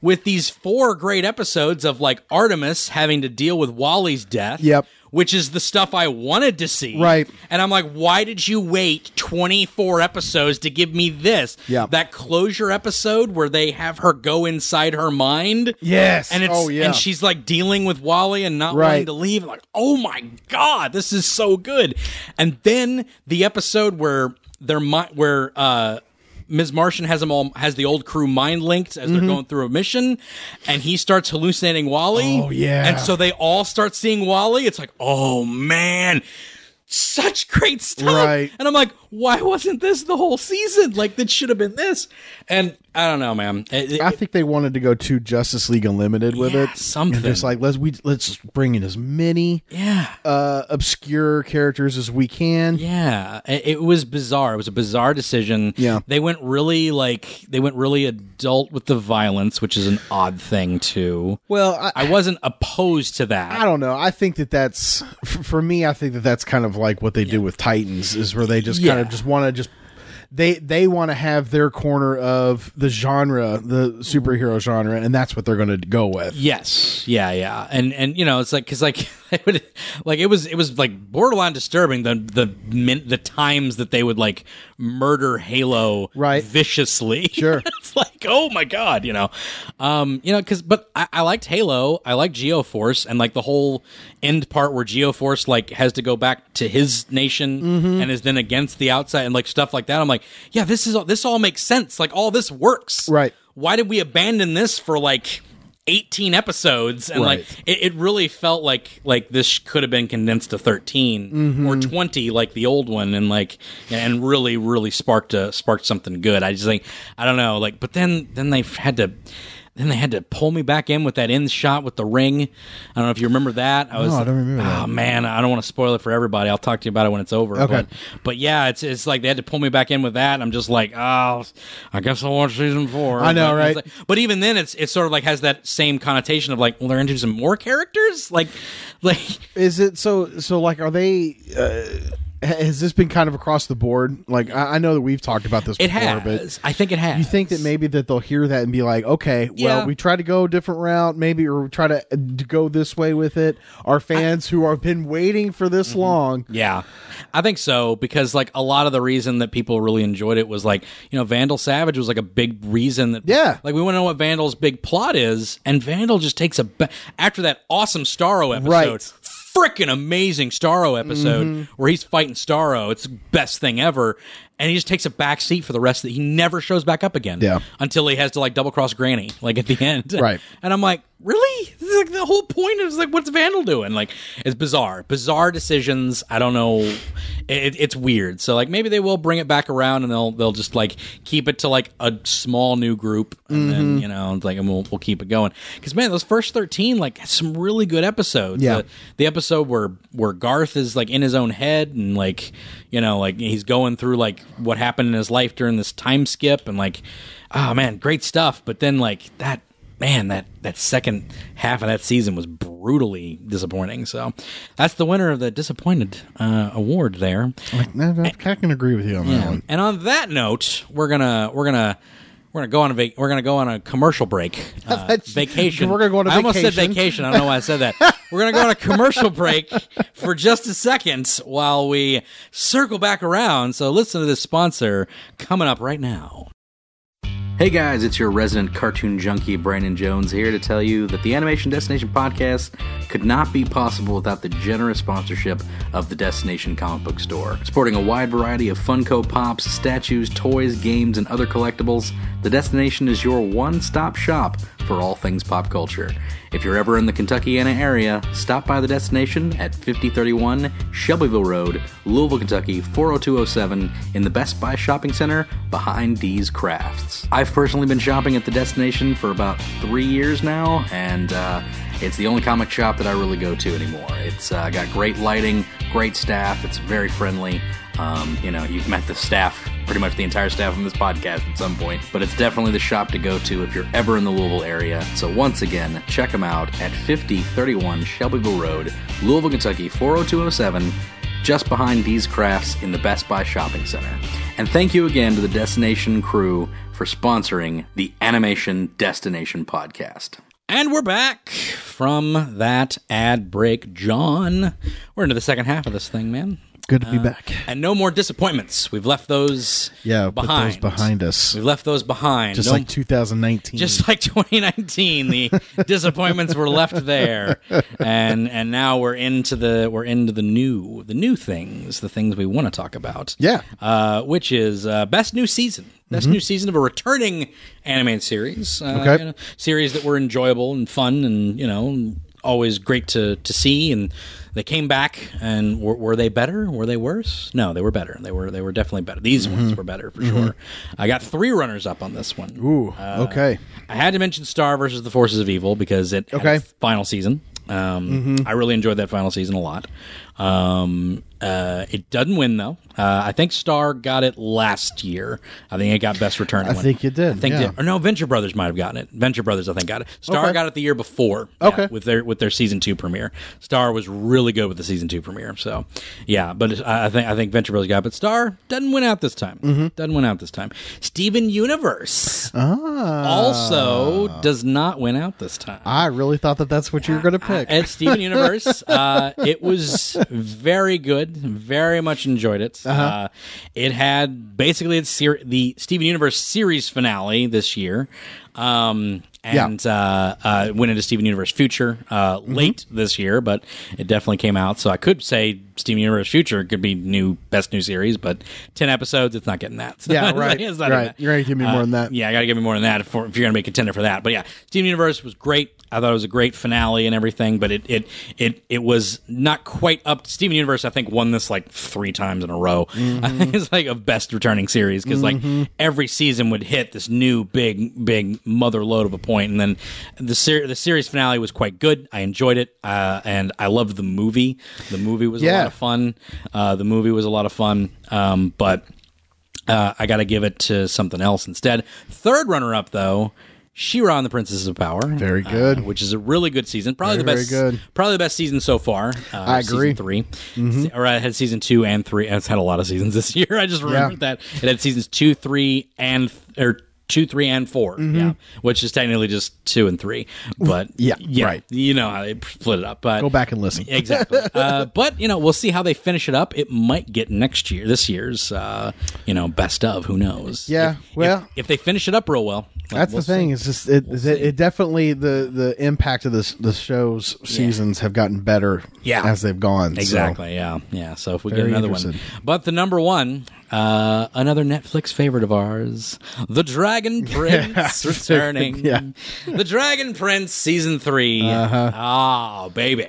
with these four great episodes of like Artemis having to deal with Wally's death Yep. which is the stuff I wanted to see Right. and I'm like why did you wait 24 episodes to give me this Yeah. that closure episode where they have her go inside her mind. yes. And it's oh, yeah. and she's like dealing with Wally and not Right. wanting to leave. Like, oh my god, this is so good. And then the episode where they're mi- where uh Ms. Martian has them all has the old crew mind linked as Mm-hmm. they're going through a mission, and he starts hallucinating Wally. Oh, yeah. and so they all start seeing Wally. It's like, oh man, such great stuff. Right. And I'm like, why wasn't this the whole season? Like, this should have been this. And I don't know, man. It- it- I think they wanted to go to Justice League Unlimited with Yeah, it. something. And it's like let's we let's just bring in as many yeah. uh obscure characters as we can. Yeah, it, it was bizarre. It was a bizarre decision. Yeah. they went really like they went really adult with the violence, which is an odd thing too. Well, I, I wasn't opposed to that. I don't know. I think that that's f- for me. I think that that's kind of like what they do with Titans is where they just kind Yeah. of just want to just they they want to have their corner of the genre, the superhero genre, and that's what they're going to go with. Yes. Yeah. Yeah. And and you know it's like because like <laughs> I would, like it was it was like borderline disturbing the the min, the times that they would like murder Halo Right. viciously. <laughs> Sure. it's like oh my god, you know, um, you know because but I, I liked Halo, I liked GeoForce, and like the whole end part where GeoForce like has to go back to his nation Mm-hmm. and is then against the outside and like stuff like that. I'm like yeah, this is all this all makes sense. Like all this works Right. why did we abandon this for like 18 episodes and Right. like it, it really felt like like this could have been condensed to 13 Mm-hmm. or 20 like the old one and like and really really sparked a sparked something good i just think i don't know like but then then they had to Then they had to pull me back in with that end shot with the ring. I don't know if you remember that. I was, I don't remember that. Oh man, I don't want to spoil it for everybody. I'll talk to you about it when it's over. Okay. But, but yeah, it's it's like they had to pull me back in with that. And I'm just like, oh, I guess I'll watch season four. I know, But it's right? like- but even then, it's it sort of like has that same connotation of like, well, they're introducing more characters. Like, like Is it so? So like, are they? Uh, ha- has this been kind of across the board? Like, I, I know that we've talked about this it before, has. but I think it has. you think that maybe that they'll hear that and be like, okay, well, Yeah. we try to go a different route, maybe, or we try to, uh, to go this way with it. Our fans who have been waiting for this Mm-hmm. long, Yeah, I think so because like a lot of the reason that people really enjoyed it was like you know Vandal Savage was like a big reason that Yeah. like we want to know what Vandal's big plot is and Vandal just takes a ba- after that awesome Starro episode. Right. Mm-hmm. Freaking amazing Starro episode where he's fighting Starro. It's the best thing ever. And he just takes a back seat for the rest of the He never shows back up again. Yeah. Until he has to like double cross Granny, like at the end. Right. And I'm like, really? This is like the whole point is like, what's Vandal doing? Like, it's bizarre, bizarre decisions. I don't know. It, it's weird. So like, maybe they will bring it back around, and they'll they'll just like keep it to like a small new group, and then you know, it's like, and we'll we'll keep it going. Because man, those first thirteen like had some really good episodes. Yeah. The, the episode where where Garth is like in his own head and like you know like he's going through like what happened in his life during this time skip and like oh man great stuff but then like that man that that second half of that season was brutally disappointing so that's the winner of the disappointed uh, award there like, nah, I can agree with you on that one. and on that note we're gonna we're gonna we're gonna go on a vac- we're gonna go on a commercial break <laughs> uh, That's- vacation we're gonna go on a I almost said vacation. vacation I don't know why I said that we're gonna go on a commercial break for just a second while we circle back around so listen to this sponsor coming up right now. Hey guys, it's your resident cartoon junkie Brandon Jones here to tell you that the Animation Destination podcast could not be possible without the generous sponsorship of the Destination Comic Book Store. Sporting a wide variety of Funko Pops, statues, toys, games, and other collectibles, the Destination is your one stop shop for all things pop culture. If you're ever in the Kentuckiana area, stop by the Destination at 5031 Shelbyville Road, Louisville, Kentucky 40207 in the Best Buy Shopping Center behind D's Crafts. I've personally been shopping at the Destination for about three years now, and uh, it's the only comic shop that I really go to anymore. It's uh, got great lighting, great staff, it's very friendly. Um, you know, you've met the staff, pretty much the entire staff on this podcast at some point, but it's definitely the shop to go to if you're ever in the Louisville area. So once again, check them out at 5031 Shelbyville Road, Louisville, Kentucky 40207 just behind these crafts in the Best Buy Shopping Center. And thank you again to the Destination crew for sponsoring the Animation Destination podcast. And we're back from that ad break, John. We're into the second half of this thing, man. Good to Uh, be back. And no more disappointments. We've left those Yeah, put behind. those behind us. We've left those behind. Just No- like <laughs> 2019. just like 2019 <laughs> the disappointments were left there and and now we're into the we're into the new the new things the things we want to talk about Yeah. Mm-hmm. uh, which is uh, best new season best new season of a returning animated series uh, Okay. you know, series that were enjoyable and fun and you know always great to to see and they came back and were, were they better were they worse no they were better they were they were definitely better these Mm-hmm. ones were better for sure i got three runners up on this one Ooh, uh, okay. I had to mention Star versus the Forces of Evil because it had Okay. Mm-hmm. its final season. Um, I really enjoyed that final season a lot. Um, uh, it doesn't win though. Uh, I think Star got it last year. I think it got best return. I think it did, I think yeah. it- or no, Venture Brothers might have gotten it. Venture Brothers, I think, got it. Star Okay. got it the year before. Okay. with their with their season two premiere, Star was really good with the season two premiere. So, yeah, but I I think I think Venture Brothers got, it. but Star doesn't win out this time. Doesn't win out this time. Steven Universe also does not win out this time. I really thought that that's what you were going to pick. At Steven <laughs> Universe, uh, it was very good. Very much enjoyed it. Uh-huh. uh it had basically its ser- the Steven Universe series finale this year. Um, and uh, uh, went into Steven Universe Future uh, Mm-hmm. late this year, but it definitely came out. So I could say Steven Universe Future could be new best new series, but ten episodes, it's not getting that. <laughs> <laughs> So Yeah, it's not- right, it's not in right. that. Uh, You're gonna give me more than that. Yeah, I got to give me more than that if, if you're going to be a contender for that. But yeah, Steven Universe was great. I thought it was a great finale and everything, but it it it it was not quite up. Steven Universe, I think, won this like three times in a row. I Mm-hmm. think it's like a best returning series because like every season would hit this new big big mother load of a point, and then the ser- the series finale was quite good. I enjoyed it, uh, and I loved the movie. The movie was a Yeah. lot of fun. Uh, the movie was a lot of fun, um, but uh, I got to give it to something else instead. Third runner up though. She-Ra and the Princesses of Power. Very good. Uh, which is a really good season. Probably the Very, best. very good. Probably the best season so far. Uh, I agree. Mm-hmm. Season 3 Se- or I had season two and three. It's had a lot of seasons this <laughs> year. I just remembered that it had seasons two, three, and th- or two, three, and 4 Yeah, which is technically just two and three. But Mm-hmm. Yeah, yeah, right. You know how they split it up. But Go back and listen. <laughs> exactly. Uh, but you know, we'll see how they finish it up. It might get next year, this year's, uh, you know, best of. Who knows? Yeah, If- if- well- if, they finish it up real well, like, That's we'll the thing. It's just it, it, it definitely the the impact of this the show's seasons have gotten better Yeah. as they've gone. so- <laughs> Exactly. Yeah. Yeah. So if we get Very another one, interested. but the number one, uh, another Netflix favorite of ours, <laughs> The Dragon Prince returning. Yeah. Uh-huh. The Dragon Prince season 3 Ah, baby.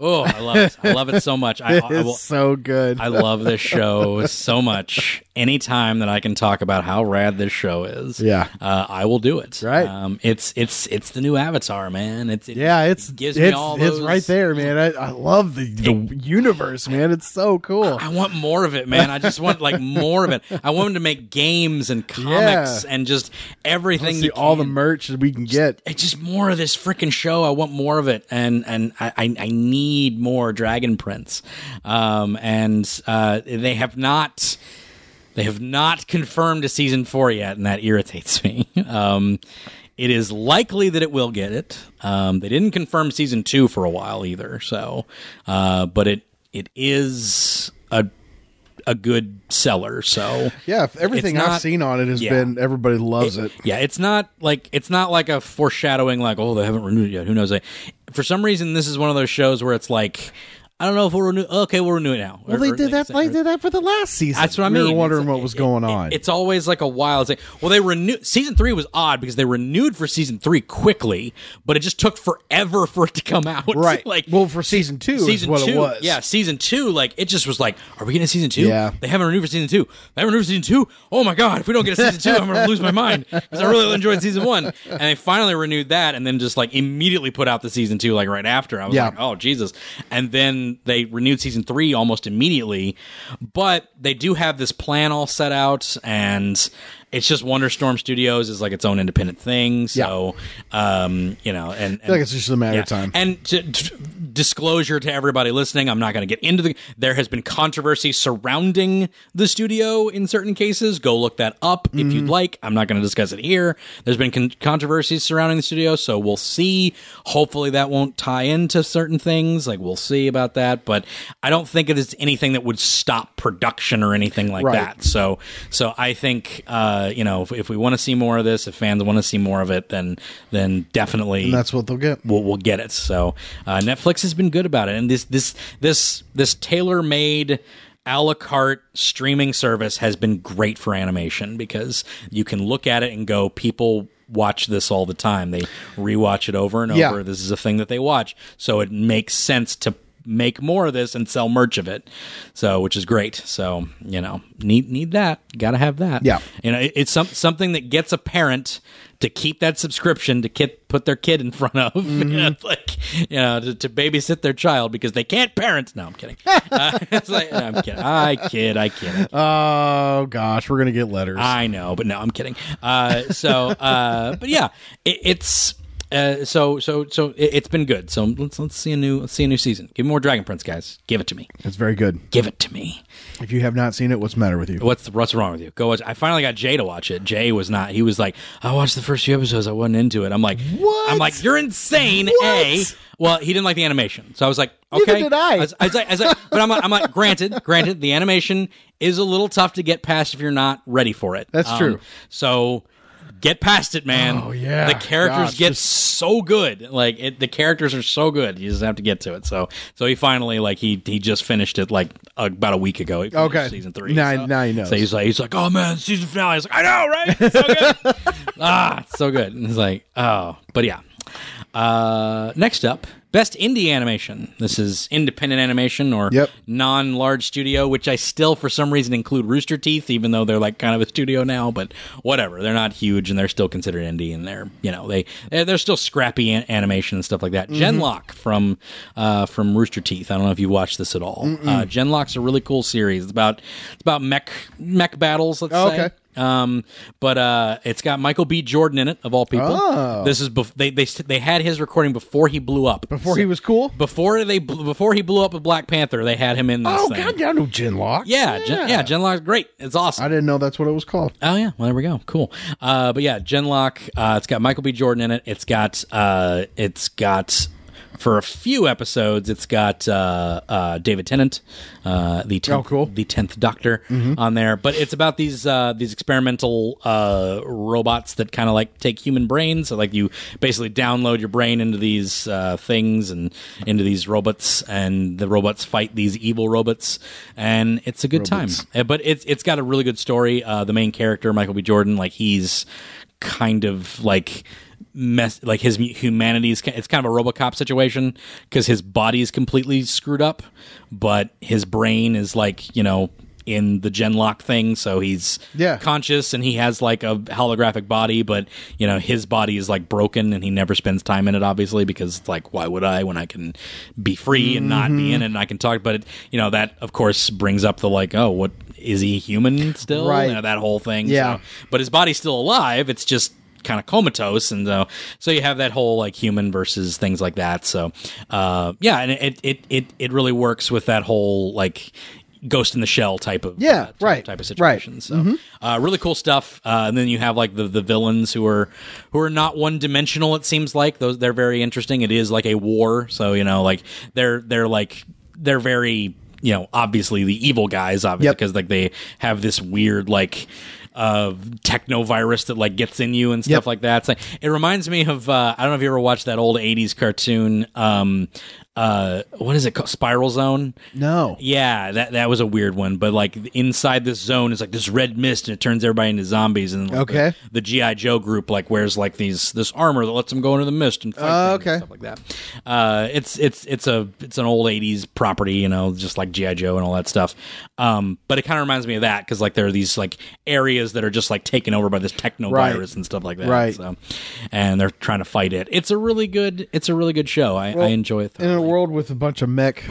Oh, I love it. I love it so much. <laughs> I, I it's will, so good. I love this show so much. Anytime that I can talk about how rad this show is, Yeah. uh, I will do it. Right. Um, it's it's it's the new Avatar, man. It's it, yeah, it's it gives it's, me all it's those- right there, man. I, I love the, the universe, man. It's so cool. I want more of it, man. I just want like more of it. I want them to make games <laughs> and comics and just everything. See you all the can. merch that we can get. It's just more of this freaking show. I want more of it, and and I, I I need more Dragon Prince. Um, and uh, they have not. They have not confirmed a season four yet, and that irritates me. <laughs> Um, it is likely that it will get it. Um, they didn't confirm season two for a while either, so uh, but it it is a a good seller. So Yeah, if everything It's I've not- seen on it has yeah. been everybody loves it. yeah, it's not like it's not like a foreshadowing. Like, oh, they haven't renewed it yet. Who knows? Like, for some reason, this is one of those shows where it's like, I don't know if we'll renew. Okay, we'll renew it now. Well, they did that. They did that for the last season. That's what I We mean. were wondering It's- what was going on. It's always like a wild thing. Well, they renewed season three was odd because they renewed for season three quickly, but it just took forever for it to come out. <laughs> <laughs> right. like, well, for season two is season what two, it was. yeah, season two, like it just was like, are we getting a season two? Yeah. they haven't renewed for season two. They haven't renewed for season two. Oh my god, if we don't get a season two, I'm gonna lose my mind because I really enjoyed season one. And they finally renewed that, and then just like immediately put out the season two like right after. I was Yeah. like, oh Jesus! And then they renewed season three almost immediately, but they do have this plan all set out and. It's just Wonderstorm Studios is like its own independent thing, so um, you know, and, and I feel like it's just a matter of yeah. time. And to, to- disclosure to everybody listening, I'm not going to get into the. There has been controversy surrounding the studio in certain cases. Go look that up if Mm-hmm. you'd like. I'm not going to discuss it here. There's been con- controversies surrounding the studio, so we'll see. Hopefully, that won't tie into certain things. Like we'll see about that, but I don't think it is anything that would stop production or anything like Right. that. So, so I think uh, you know if, if we want to see more of this, if fans want to see more of it, then then definitely And that's what they'll get. we'll, we'll get it. So uh, Netflix has been good about it, and this this this this tailor made a la carte streaming service has been great for animation because you can look at it and go, people watch this all the time. They rewatch it over and Yeah. over. This is a thing that they watch, so it makes sense to make more of this and sell merch of it. So, which is great. So, you know, need need that. Got to have that. Yeah. You know, it, it's some, something that gets a parent to keep that subscription to kid, put their kid in front of, <laughs> You know, it's like you know, to, to babysit their child because they can't parent. No, I'm kidding. <laughs> Uh, it's like no, I'm kidding. I kid. I kid. Oh gosh, we're gonna get letters. I know, but no, I'm kidding. Uh, so, uh, but yeah, it, it's. Uh, so so so it, it's been good. So let's let's see a new let's see a new season. Give me more Dragon Prince, guys. Give it to me. it's very good. Give it to me. If you have not seen it, what's the matter with you? What's what's wrong with you? Go watch. I finally got Jay to watch it. Jay was not. He was like, I watched the first few episodes. I wasn't into it. I'm like, What? I'm like, you're insane. A. What? Well, he didn't like the animation, so I was like, Neither okay. did I. was, I was like, I was like- but I'm like, I'm like, granted, granted, the animation is a little tough to get past if you're not ready for it. Um, That's true. So. Get past it, man. Oh, yeah. the characters Gosh, get so good. Like it, the characters are so good. You just have to get to it. So, so he finally like he he just finished it like about a week ago. He finished Okay. season three. Now- so, now he knows. So he's like, he's like, oh man, season finale. I <laughs> was like, I know, right? It's so good. ah, it's so good. And he's like, oh, but yeah. Uh, next up, best indie animation. This is independent animation or Yep. non-large studio, which I still, for some reason, include Rooster Teeth, even though they're like kind of a studio now. But whatever, they're not huge and they're still considered indie, and they're you know they they're they're still scrappy an- animation and stuff like that. Mm-hmm. Genlock from uh, from Rooster Teeth. I don't know if you watched this at all. Uh, Genlock's a really cool series. It's about it's about mech mech battles. Let's Oh, say. okay. Um, but uh, it's got Michael B. Jordan in it of all people. Oh. This is bef- they they they had his recording before he blew up. Before he was <laughs> cool. before they bl- before he blew up a Black Panther, they had him in this Oh thing. God, yeah, I know Genlock. Yeah, Gen- yeah, Genlock's great. It's awesome. I didn't know that's what it was called. Oh yeah, well there we go. Cool. Uh, but yeah, Genlock. Uh, it's got Michael B. Jordan in it. It's got uh, it's got for a few episodes. It's got uh, uh, David Tennant, uh, the tenth, Oh, cool. the tenth Doctor on there. But it's about these uh, these experimental uh, robots that kind of like take human brains. So like you basically download your brain into these uh, things and into these robots, and the robots fight these evil robots, and it's a good time. Uh, But it's it's got a really good story. Uh, the main character, Michael B. Jordan, like he's kind of like mess like his humanity is ki- it's kind of a robocop situation because his body is completely screwed up but his brain is like you know in the genlock thing so he's Yeah. conscious and he has like a holographic body but you know his body is like broken and he never spends time in it obviously because it's like why would i when i can be free and not be Mm-hmm. in it and i can talk but it, you know that of course brings up the like oh what is he human still Right. You know, that whole thing Yeah. so- but his body's still alive. It's just kind of comatose, and uh, so you have that whole like human versus things like that. So uh, yeah, and it, it it it really works with that whole like ghost in the shell type of Yeah, uh, type, right, type of right. Mm-hmm. situation. So uh, really cool stuff. Uh, and then you have like the the villains who are who are not one dimensional. It seems like those they're very interesting. It is like a war, so you know like they're they're like they're very you know obviously the evil guys obviously Yep. because like they have this weird like uh techno virus that like gets in you and stuff Yep. like that it's like, it reminds me of uh i don't know if you ever watched that old 80s cartoon um uh what is it called spiral zone No. yeah, that that was a weird one. But like inside this zone is like this red mist, and it turns everybody into zombies. And like, Okay. the, the GI Joe group like wears like these this armor that lets them go into the mist and fight Oh, things and okay. stuff like that. Uh, it's it's it's a it's an old '80s property, you know, just like GI Joe and all that stuff. Um, but it kind of reminds me of that because like there are these like areas that are just like taken over by this techno Right. virus and stuff like that. Right. So, and they're trying to fight it. It's a really good it's a really good show. I, I enjoy it. In thoroughly. a world with a bunch of mech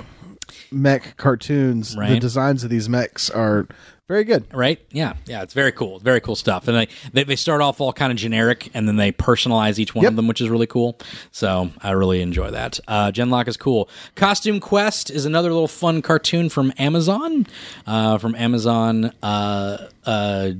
mech cartoons, the Right. designs of these mechs are very good. right yeah yeah it's very cool very cool stuff and they, they, they start off all kind of generic and then they personalize each one Yep. of them which is really cool so i really enjoy that uh, genlock is cool costume quest is another little fun cartoon from amazon uh, from amazon uh, uh,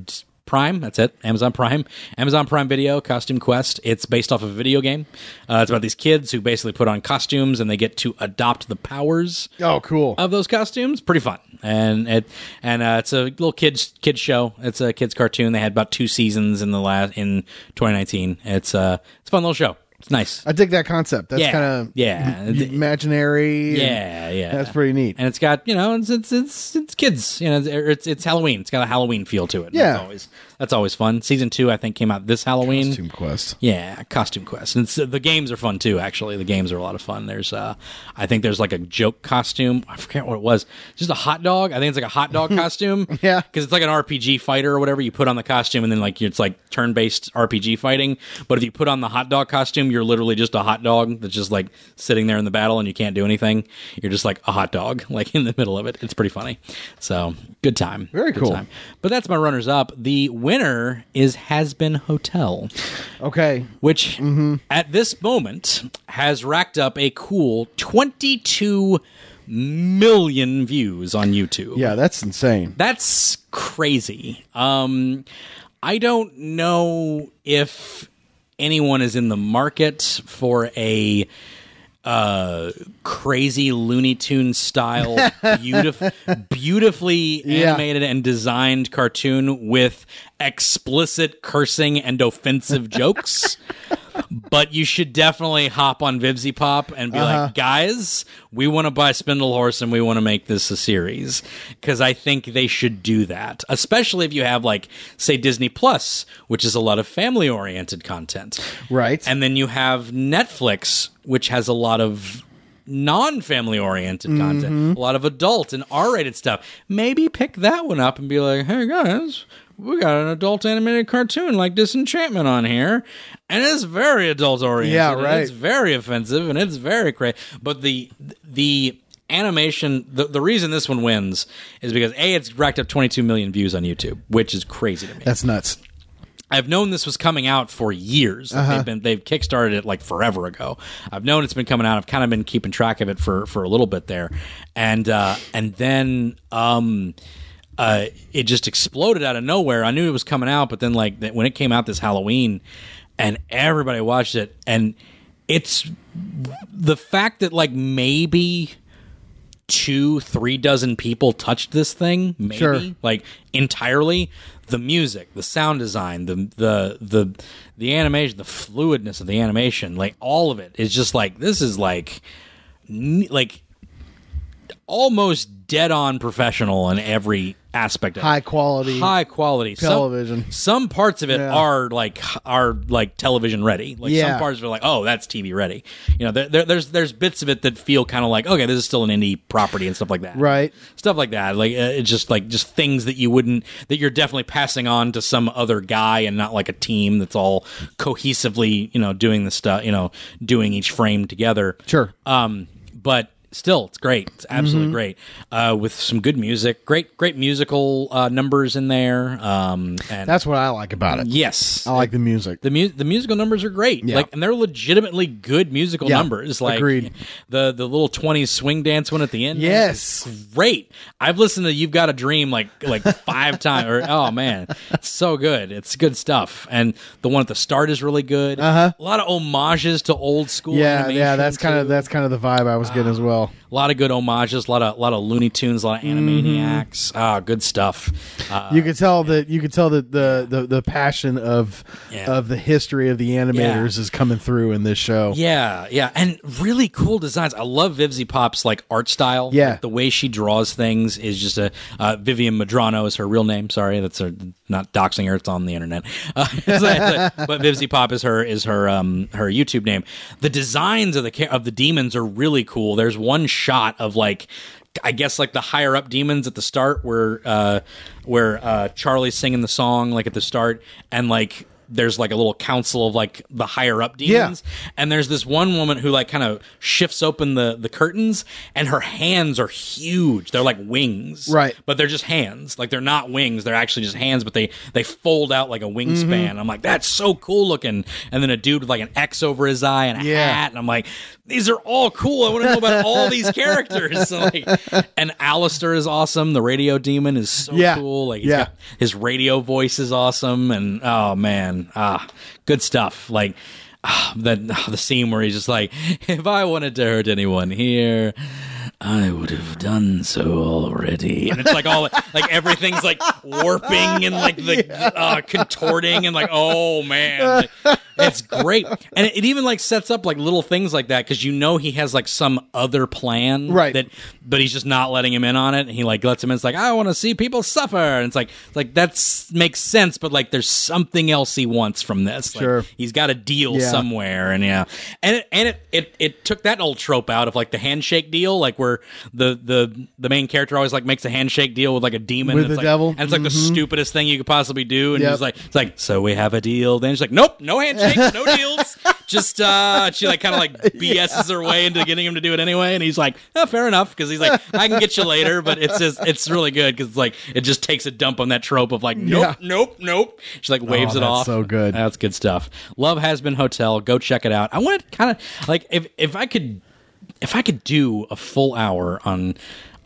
Prime, that's it. Amazon Prime, Amazon Prime Video, Costume Quest. It's based off of a video game. Uh, it's about these kids who basically put on costumes and they get to adopt the powers Oh, cool. of those costumes. Pretty fun, and it and uh, it's a little kids kids show. It's a kids cartoon. They had about two seasons in the last in 2019. It's uh it's a fun little show. It's nice. I dig that concept. That's yeah, kind of yeah, imaginary. and yeah, yeah. That's pretty neat. And it's got you know it's it's it's, it's kids. You know it's, it's it's Halloween. It's got a Halloween feel to it. and Yeah. that's always that's always fun. Season two I think came out this Halloween. Costume Quest. Yeah, costume quest. And so the games are fun too. Actually, the games are a lot of fun. There's, uh, I think there's like a joke costume. I forget what it was. Just a hot dog. I think it's like a <laughs> hot dog costume. Yeah. because it's like an RPG fighter or whatever. You put on the costume and then like it's like turn based RPG fighting. But if you put on the hot dog costume, you're literally just a hot dog that's just like sitting there in the battle and you can't do anything. You're just like a hot dog, <laughs> like in the middle of it. It's pretty funny. So good time. Very Good cool. time. But that's my runners up. The winner is Has Been Hotel Okay. which Mm-hmm. at this moment has racked up a cool 22 million views on YouTube. Yeah, that's insane. That's crazy. Um, I don't know if anyone is in the market for a uh crazy looney tune <laughs> style beautif- beautifully Yeah. animated and designed cartoon with explicit cursing and <laughs> offensive jokes. But you should definitely hop on Vivzy Pop and be like, guys, we want to buy Spindle Horse and we want to make this a series. Because I think they should do that, especially if you have, like, say, Disney Plus, which is a lot of family oriented content. Right. And then you have Netflix, which has a lot of non family oriented Mm-hmm. content, a lot of adult and R rated stuff. Maybe pick that one up and be like, hey guys, we got an adult animated cartoon like Disenchantment on here, and it's very adult oriented. Yeah, and right. It's very offensive and it's very crazy. But the the animation the, the reason this one wins is because a it's racked up 22 million views on youtube which is crazy to me That's nuts. I've known this was coming out for years. Like, They've been they've kickstarted it like forever ago. I've known it's been coming out. I've kind of been keeping track of it for for a little bit there, and uh, and then um, uh, it just exploded out of nowhere. I knew it was coming out, but then like that- when it came out this Halloween, and everybody watched it, and it's the fact that like maybe two, three dozen people touched this thing, maybe Sure. like entirely. The music, the sound design, the the the the animation, the fluidness of the animation, like all of it is just like this is like n- like almost dead on professional in every aspect of it High quality. high quality Some- television. Some, parts of it Yeah. are like are like television ready. Like Yeah. some parts are like, oh, that's TV ready. You know, there, there, there's there's bits of it that feel kind of like, okay, this is still an indie property and stuff like that. Right. Stuff like that. Like uh, it's just like just things that you wouldn't that you're definitely passing on to some other guy and not like a team that's all cohesively you know doing the stuff you know doing each frame together. Sure. Um, but still, it's great. It's Mm-hmm. absolutely great. Uh, with some good music, great, great musical uh, numbers in there. Um, and That's what I like about it. yes, I like the music. the mu- the musical numbers are great. Like, and they're legitimately good musical Yeah. numbers. Like Agreed. the the little twenties swing dance one at the end. Yes. is great. I've listened to "You've Got a Dream" like like <laughs> five times. Or oh man, it's so good. It's good stuff. And the one at the start is really good. Uh-huh. A lot of homages to old school. yeah, yeah, animation, that's kind of too. that's kind of the vibe I was getting as well. A lot of good homages, a lot of lot of Looney Tunes, a lot of Animaniacs. Ah, good stuff. Uh, You could tell that you could tell that the the, the passion of Yeah. of the history of the animators is coming through in this show. yeah, yeah, and really cool designs. I love Vivzy Pop's like art style. Yeah. Like, the way she draws things is just a uh, Vivian Madrano is her real name. Sorry, that's her, not doxing her. It's on the internet, uh, <laughs> it's like- but Vivzy Pop is her is her um her YouTube name. The designs of the ca- of the demons are really cool. There's one shot of like I guess like the higher up demons at the start where uh where uh Charlie's singing the song like at the start and like there's like a little council of like the higher up demons and there's this one woman who like kind of shifts open the the curtains and her hands are huge they're like wings Right. but they're just hands like they're not wings they're actually just hands but they they fold out like a wingspan Mm-hmm. i'm like that's so cool looking and then a dude with like an x over his eye and a Yeah. hat and i'm like these are all cool i want to know about all these characters <laughs> So, like, and Alistair is awesome the radio demon is so Yeah. cool like he's Yeah. got- his radio voice is awesome and oh man ah good stuff like ah, that ah, the scene where he's just like <laughs> if i wanted to hurt anyone here i would have done so already and it's like all <laughs> like everything's like warping and like <laughs> the uh, contorting and like oh man Like, it's great and it, it even like sets up like little things like that because you know he has like some other plan Right. that but he's just not letting him in on it. And he like lets him in. It's like I want to see people suffer, and it's like it's like that's makes sense. But like, there's something else he wants from this. Like, Sure. he's got a deal Yeah. somewhere, and yeah, and it, and it, it it took that old trope out of like the handshake deal, like where the the the main character always like makes a handshake deal with like a demon With and it's the like, devil. and it's like the stupidest thing you could possibly do. And Mm-hmm. Yep. he's like, it's like, so we have a deal. Then she's like, nope, no <laughs> handshakes, no deals. Just uh, she like kind of like BS's her way into getting him to do it anyway. And he's like, oh, fair enough, because he's like, I can get you later, but it's just it's really good because like it just takes a dump on that trope of like, nope, Yeah. nope, nope. She like waves Oh, it that's off. so good. That's good stuff. Love has been hotel. Go check it out. I want to kind of like if if I could if I could do a full hour on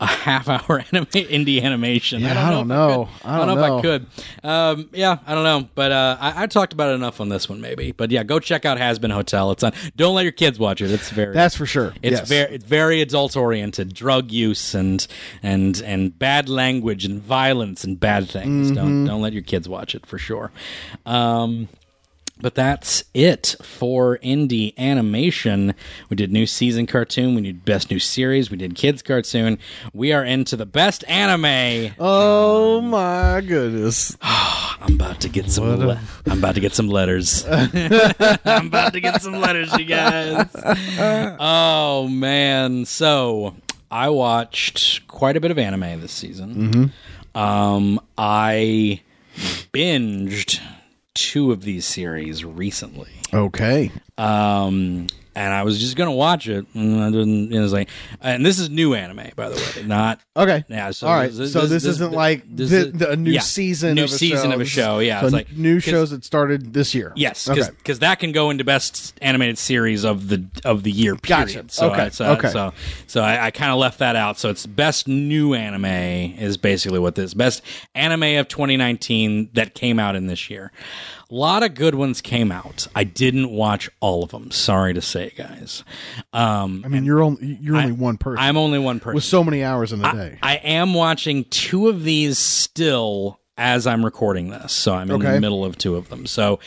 a half hour <laughs> anime, indie animation. Yeah, I don't know. if I, could. I don't know, if I could. Um, yeah, I don't know. But uh, I, I talked about it enough on this one, maybe. But yeah, go check out Has Been Hotel. It's on. Don't let your kids watch it. It's very. That's for sure. It's Yes. very it's very adult oriented, drug use and and and bad language and violence and bad things. Mm-hmm. Don't don't let your kids watch it for sure. Um, but that's it for indie animation. We did new season cartoon. We did best new series. We did kids cartoon. We are into the best anime. Oh my <sighs> goodness. I'm about to get some. Le- I'm about to get some letters. I'm about to get some letters, you guys. Oh man! So I watched quite a bit of anime this season. Um, I binged two of these series recently. Okay. Um, and I was just gonna watch it, and I didn't. And it was like, and this is new anime, by the way, not Okay. yeah. So All right. so this, isn't like this the, is- the, a new yeah, season, new of a season show. of a show. Yeah, So it's like new 'cause- shows that started this year. Yes, Okay. because that can go into best animated series of the of the year period. Gotcha. So Okay, I, so, okay. So so I, I kind of left that out. So it's best new anime is basically what this best anime of 2019 that came out in this year. A lot of good ones came out. I didn't watch all of them. Sorry to say, guys. Um, I mean, you're only you're only one person I'm only one person. with so many hours in a day. I am watching two of these still as I'm recording this. So I'm in Okay. the middle of two of them. So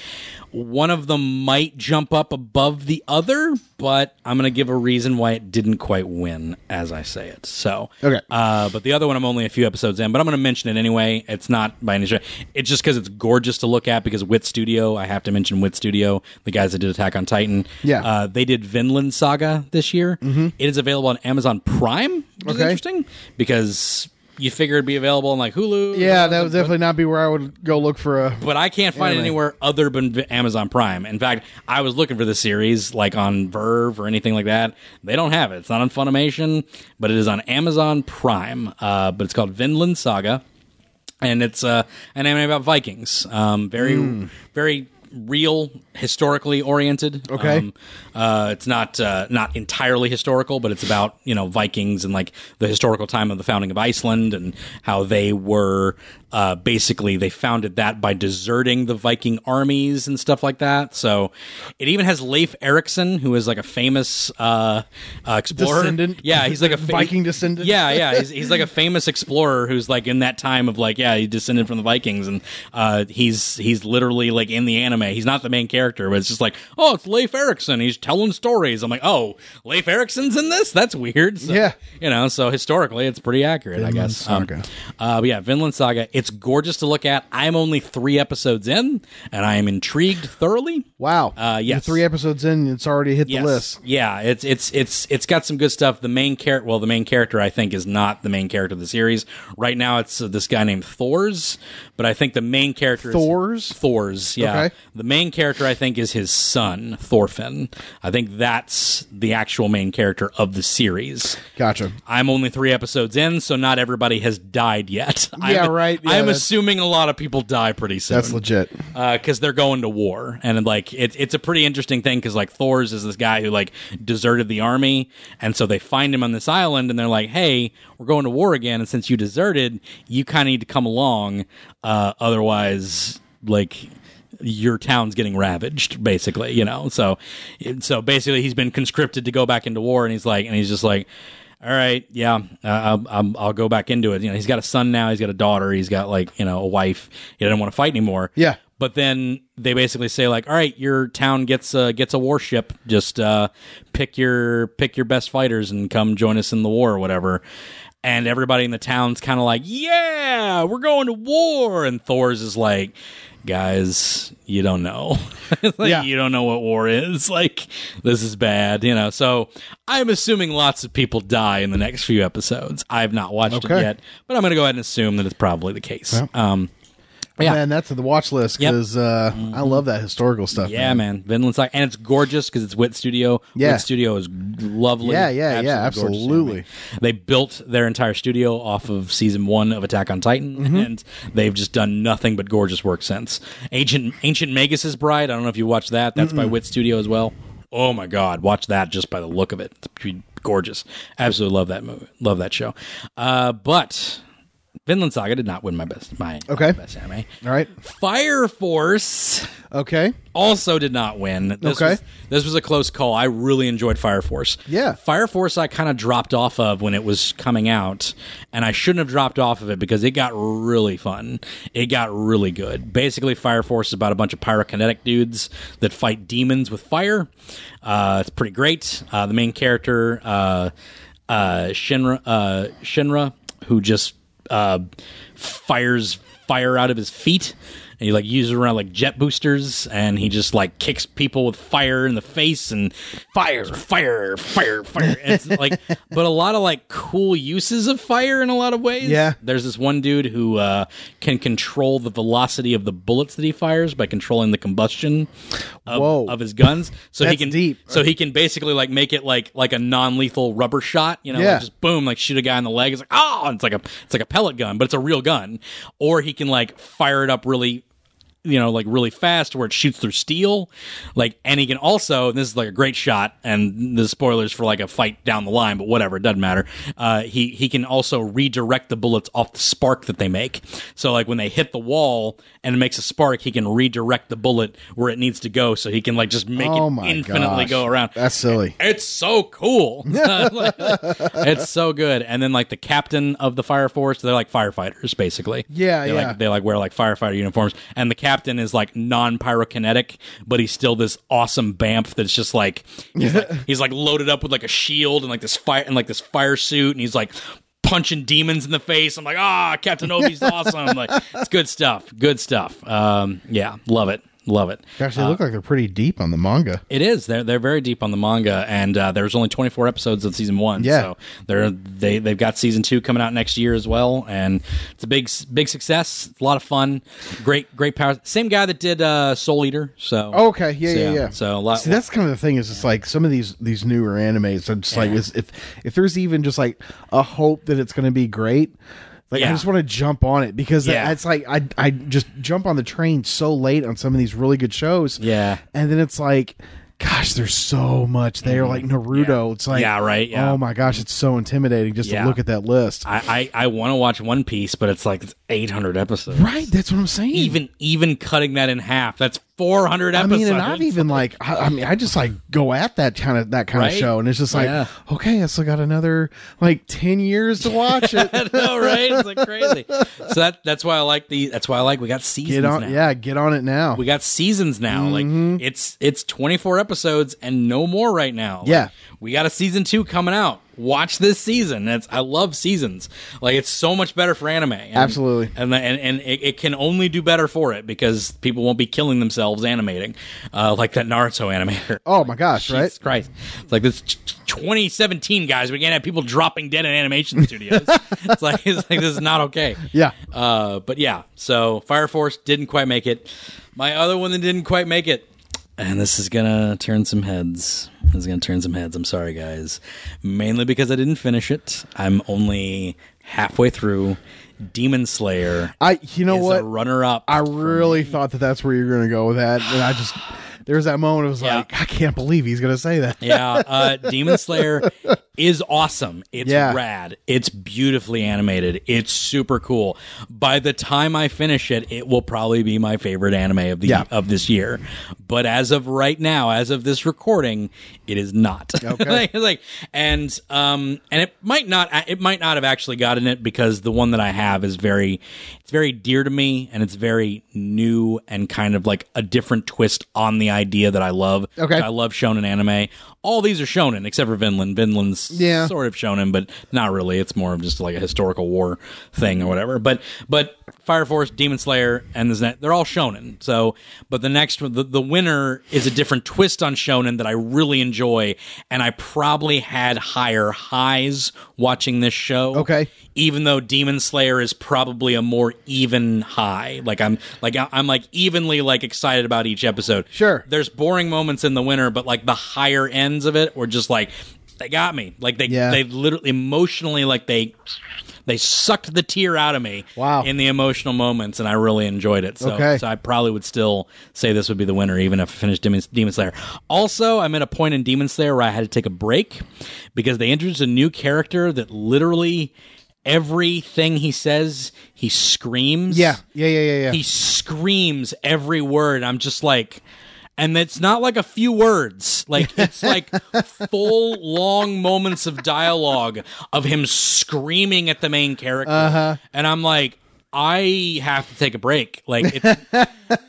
one of them might jump up above the other, but I'm going to give a reason why it didn't quite win as I say it. So, Okay. Uh, but the other one, I'm only a few episodes in, but I'm going to mention it anyway. It's not by any stretch. It's just because it's gorgeous to look at because Wit Studio, I have to mention Wit Studio, the guys that did Attack on Titan. Yeah. Mm-hmm. Uh, they did Vinland Saga this year. It is available on Amazon Prime, which is Okay. interesting because you figure it'd be available on like Hulu. yeah, that would definitely not be where I would go look for a. But I can't find it Anime. anywhere other than Vi- Amazon Prime. In fact, I was looking for the series like on Verve or anything like that. They don't have it. It's not on Funimation, but it is on Amazon Prime. Uh, but it's called Vinland Saga, and it's uh, an anime about Vikings. Um, very, Hmm. very real, historically oriented. Okay. Um, uh, it's not uh, not entirely historical, but it's about you know Vikings and like the historical time of the founding of Iceland and how they were uh, basically they founded that by deserting the Viking armies and stuff like that. So it even has Leif Erikson, who is like a famous uh, uh, explorer. Descendant. Yeah, he's like a <laughs> fa- Viking descendant. Yeah, yeah, he's, he's like a famous explorer who's like in that time of like yeah he descended from the Vikings and uh, he's he's literally like in the anime. He's not the main character, but it's just like oh it's Leif Erikson. He's telling stories. I'm like oh Leif Erikson's in this. That's weird. So, Yeah. you know. So historically, it's pretty accurate, I Vinland guess. Um, Saga. uh, but yeah, Vinland Saga. It's gorgeous to look at. I'm only three episodes in, and I am intrigued thoroughly. Wow. Uh, You're yes. three episodes in, it's already hit Yes. the list. Yeah, it's it's it's it's got some good stuff. The main character, well, the main character I think is not the main character of the series right now. It's uh, this guy named Thor's, but I think the main character is- Thor's? Thor's, yeah. Okay. The main character I think is his son Thorfinn. I think that's the actual main character of the series. Gotcha. I'm only three episodes in, so not everybody has died yet. <laughs> Yeah, I'm, right. Yeah, I'm that's- assuming a lot of people die pretty soon That's legit. because uh, they're going to war and like it's it's a pretty interesting thing because like thor's is this guy who like deserted the army and so they find him on this island and they're like hey we're going to war again and since you deserted you kind of need to come along uh, otherwise like your town's getting ravaged basically you know so so basically he's been conscripted to go back into war and he's like and he's just like all right, yeah, uh, I'll, I'll- I'll go back into it. You know, he's got a son now, he's got a daughter, he's got like you know a wife. He doesn't want to fight anymore. Yeah. But then they basically say like, "All right, your town gets a gets a warship. Just uh, pick your pick your best fighters and come join us in the war or whatever." And everybody in the town's kind of like, "Yeah, we're going to war." And Thor's is like, "Guys, you don't know. <laughs> like, Yeah. You don't know what war is. <laughs> Like this is bad, you know." So I'm assuming lots of people die in the next few episodes. I've not watched Okay. it yet, but I'm going to go ahead and assume that it's probably the case. Um, Yeah. Man, that's the watch list Yep. Mm-hmm. because uh, I love that historical stuff. Yeah, man. Vinland Saga. And it's gorgeous because it's Wit Studio. Yeah. Wit Studio is lovely. Yeah, yeah, yeah, gorgeous absolutely. anime. They built their entire studio off of season one of Attack on Titan, Mm-hmm. and they've just done nothing but gorgeous work since. Ancient, Ancient Magus's Bride. I don't know if you watched that. That's by Wit Studio as well. Oh my God. Watch that just by the look of it. It's pretty gorgeous. Absolutely love that movie. Love that show. Uh, but Vinland Saga did not win my best. My Okay. best anime. All right. Fire Force Okay. also did not win. This Okay. was, this was a close call. I really enjoyed Fire Force. Yeah. Fire Force I kind of dropped off of when it was coming out, and I shouldn't have dropped off of it because it got really fun. It got really good. Basically, Fire Force is about a bunch of pyrokinetic dudes that fight demons with fire. Uh, it's pretty great. Uh, the main character, uh, uh, Shinra, uh, Shinra, who just uh, fires fire out of his feet. And he like uses around like jet boosters, and he just like kicks people with fire in the face and fire, fire, fire, fire. And It's like, <laughs> but a lot of like cool uses of fire in a lot of ways. Yeah. there's this one dude who uh, can control the velocity of the bullets that he fires by controlling the combustion of, Whoa. of his guns. So he That's can deep. So he can basically like make it like like a non lethal rubber shot. You know, like, Yeah. just boom, like shoot a guy in the leg. It's like oh, and it's like a it's like a pellet gun, but it's a real gun. Or he can like fire it up really, you know, like really fast where it shoots through steel. Like, and he can also and this is like a great shot. And the spoilers for like a fight down the line, but whatever, it doesn't matter. Uh, he he can also redirect the bullets off the spark that they make. So like when they hit the wall and it makes a spark, he can redirect the bullet where it needs to go. So he can like just make Oh it my infinitely gosh. go around That's silly. it's so <laughs> cool. <laughs> it's so good. And then like the captain of the fire force, they're like firefighters basically. Yeah, they yeah. Like, they like wear like firefighter uniforms, and the captain is like non pyrokinetic, but he's still this awesome bamf that's just like he's, <laughs> like he's like loaded up with like a shield and like this fire and like this fire suit, and he's like punching demons in the face. I'm like, ah, <laughs> Captain Obi's awesome. Like it's good stuff. Good stuff. Um, yeah, love it. Love it. Gosh, they look like they're pretty deep on the manga. It is. They're they're very deep on the manga, and uh, there's only 24 episodes of season one. Yeah. So they're they they've got season two coming out next year as well, and it's a big s- big success. It's a lot of fun. Great great power. Same guy that did uh, Soul Eater. So Okay, So, yeah, yeah, yeah. So a lot. See, that's kind of the thing is it's like some of these these newer animes are just like is- if if there's even just like a hope that it's going to be great, like Yeah. I just want to jump on it because Yeah. it's like I I just jump on the train so late on some of these really good shows. Yeah. and then it's like. Gosh, there's so much there. Like Naruto, it's like Mm-hmm. Yeah, right, yeah. Oh my gosh, it's so intimidating just Yeah. to look at that list. I I, I want to watch One Piece, but it's like it's 800 episodes. right, that's what I'm saying. Even even cutting that in half, that's 400 I episodes. mean, and I've even like, I, I mean, I just like go at that kind of that kind Right? of show, and it's just like, Yeah. okay, I still got another like ten years to watch <laughs> it. <laughs> I know, right? It's like crazy. So that that's why I like the. That's why I like we got seasons get on, now. yeah, get on it now. We got seasons now. Mm-hmm. Like it's it's 24 episodes and no more right now. Like, Yeah. we got a season 2 coming out. Watch this season. That's I love seasons. Like it's so much better for anime. And- Absolutely. And the- and and it, it can only do better for it because people won't be killing themselves animating. Uh like that Naruto animator. oh my gosh, <laughs> Jesus right? Christ. It's like this t- t- 2017 guys, we can't have people dropping dead in animation <laughs> studios. it's like it's like this is not okay. Yeah. Uh, but yeah, so Fire Force didn't quite make it. My other one that didn't quite make it, and this is gonna turn some heads. This is gonna turn some heads. I'm sorry, guys. Mainly because I didn't finish it. I'm only halfway through. Demon Slayer I, you know is what? a runner-up. I really thought that that's where you're going to go with that, and I just there was that moment. I was Yeah. like, I can't believe he's going to say that. <laughs> yeah, uh, Demon Slayer is awesome. It's Yeah. rad. It's beautifully animated. It's super cool. By the time I finish it, it will probably be my favorite anime of the Yeah. of this year. But as of right now, as of this recording, it is not. <laughs> like, like- and um and it might not it might not have actually gotten it because the one that I have is very it's very dear to me and it's very new and kind of like a different twist on the idea that I love. Okay. I love shonen anime. All these are shonen except for Vinland. Vinland's Yeah. sort of shonen, but not really. It's more of just like a historical war thing or whatever. But but Fire Force, Demon Slayer, and this they're all shonen. So, but the next one- the, the winner is a different twist on shonen that I really enjoy, and I probably had higher highs watching this show. Okay. Even though Demon Slayer is probably a more even high, like I'm like I- I'm like evenly like excited about each episode. Sure. There's boring moments in the winter, but like the higher ends of it were just like they got me. Like they Yeah. they literally emotionally like they They sucked the tear out of me. Wow. In the emotional moments, and I really enjoyed it. So, Okay. so I probably would still say this would be the winner, even if I finished Demon, Demon Slayer. Also, I'm at a point in Demon Slayer where I had to take a break because they introduced a new character that literally everything he says, he screams. Yeah, yeah, yeah, yeah, yeah. He screams every word. I'm just like, and it's not like a few words. Like it's like full long moments of dialogue of him screaming at the main character. And I'm like, I have to take a break. Like it's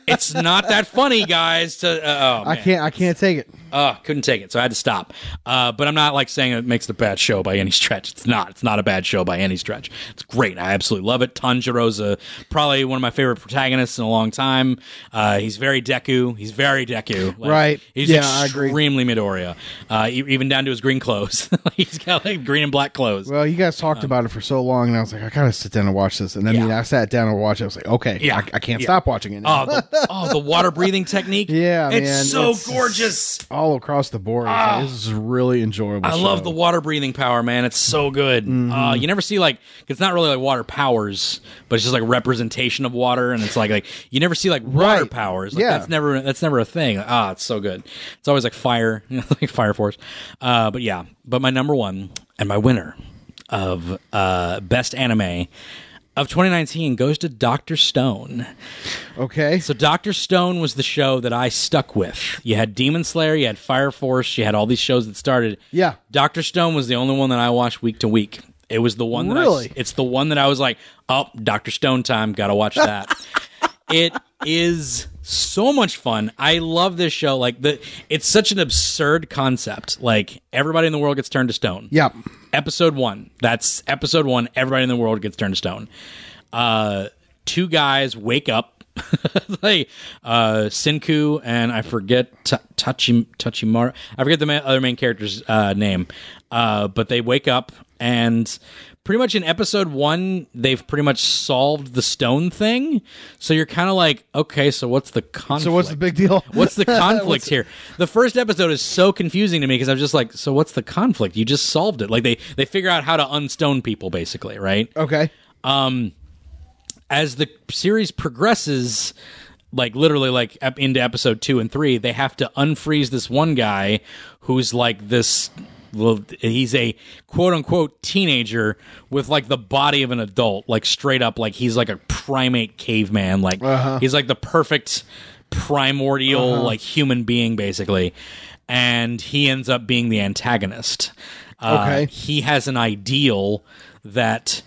it's not that funny, guys. To uh, oh, I man. can't. I can't take it. Uh, couldn't take it, so I had to stop. Uh, but I'm not like saying it makes it a bad show by any stretch. It's not. It's not a bad show by any stretch. It's great. I absolutely love it. Tanjiro's a, probably one of my favorite protagonists in a long time. Uh, he's very Deku. He's very Deku. Like, Right. He's Yeah, I agree. extremely Midoriya. Uh, e- even down to his green clothes. <laughs> he's got like green and black clothes. Well, you guys talked about it for so long, and I was like, I gotta sit down and watch this. And I mean, Um, Yeah. I sat down and watched. it. I was like, okay, Yeah. I, I can't Yeah. stop watching it. Now. Oh, the, oh, the water breathing <laughs> technique. yeah, it's man, so it's- gorgeous. all across the board. It's like, this is a really enjoyable. Ah. I love show. the water breathing power, man. It's so good. Mm-hmm. Uh, you never see like it's not really like water powers, but it's just like representation of water, and it's like like you never see like water Right. powers. Like, Yeah. that's never that's never a thing. Ah, it's so good. It's always like fire, <laughs> you know, like fire force. Uh, but yeah, but my number one and my winner of uh, best anime of 2019 goes to Doctor Stone. Okay, So Doctor Stone was the show that I stuck with. You had Demon Slayer, you had Fire Force, you had all these shows that started. Yeah. Doctor Stone was the only one that I watched week to week. It was the one that I- Really? it's the one that I was like, oh, Doctor Stone time, gotta watch <laughs> that. it is so much fun. I love this show. Like the it's such an absurd concept. Like everybody in the world gets turned to stone yeah, episode one. That's episode one. Everybody in the world gets turned to stone. Uh, two guys wake up. <laughs> like uh, Senku and I forget Ta- Tachi Tachimara. I forget the ma- other main character's uh, name, uh, but they wake up and pretty much in episode one they've pretty much solved the stone thing. So you're kind of like, okay, so what's the conflict? So what's the big deal? <laughs> What's the conflict here? The first episode is so confusing to me because I'm just like, so what's the conflict? You just solved it. Like they they figure out how to unstone people basically, right? <laughs> okay. As the series progresses, like literally like up into episode 2 and 3, they have to unfreeze this one guy who's like this well, he's a quote unquote teenager with like the body of an adult, like straight up, like he's like a primate caveman. Like he's like the perfect primordial like human being basically and he ends up being the antagonist Uh, Okay. he has an ideal that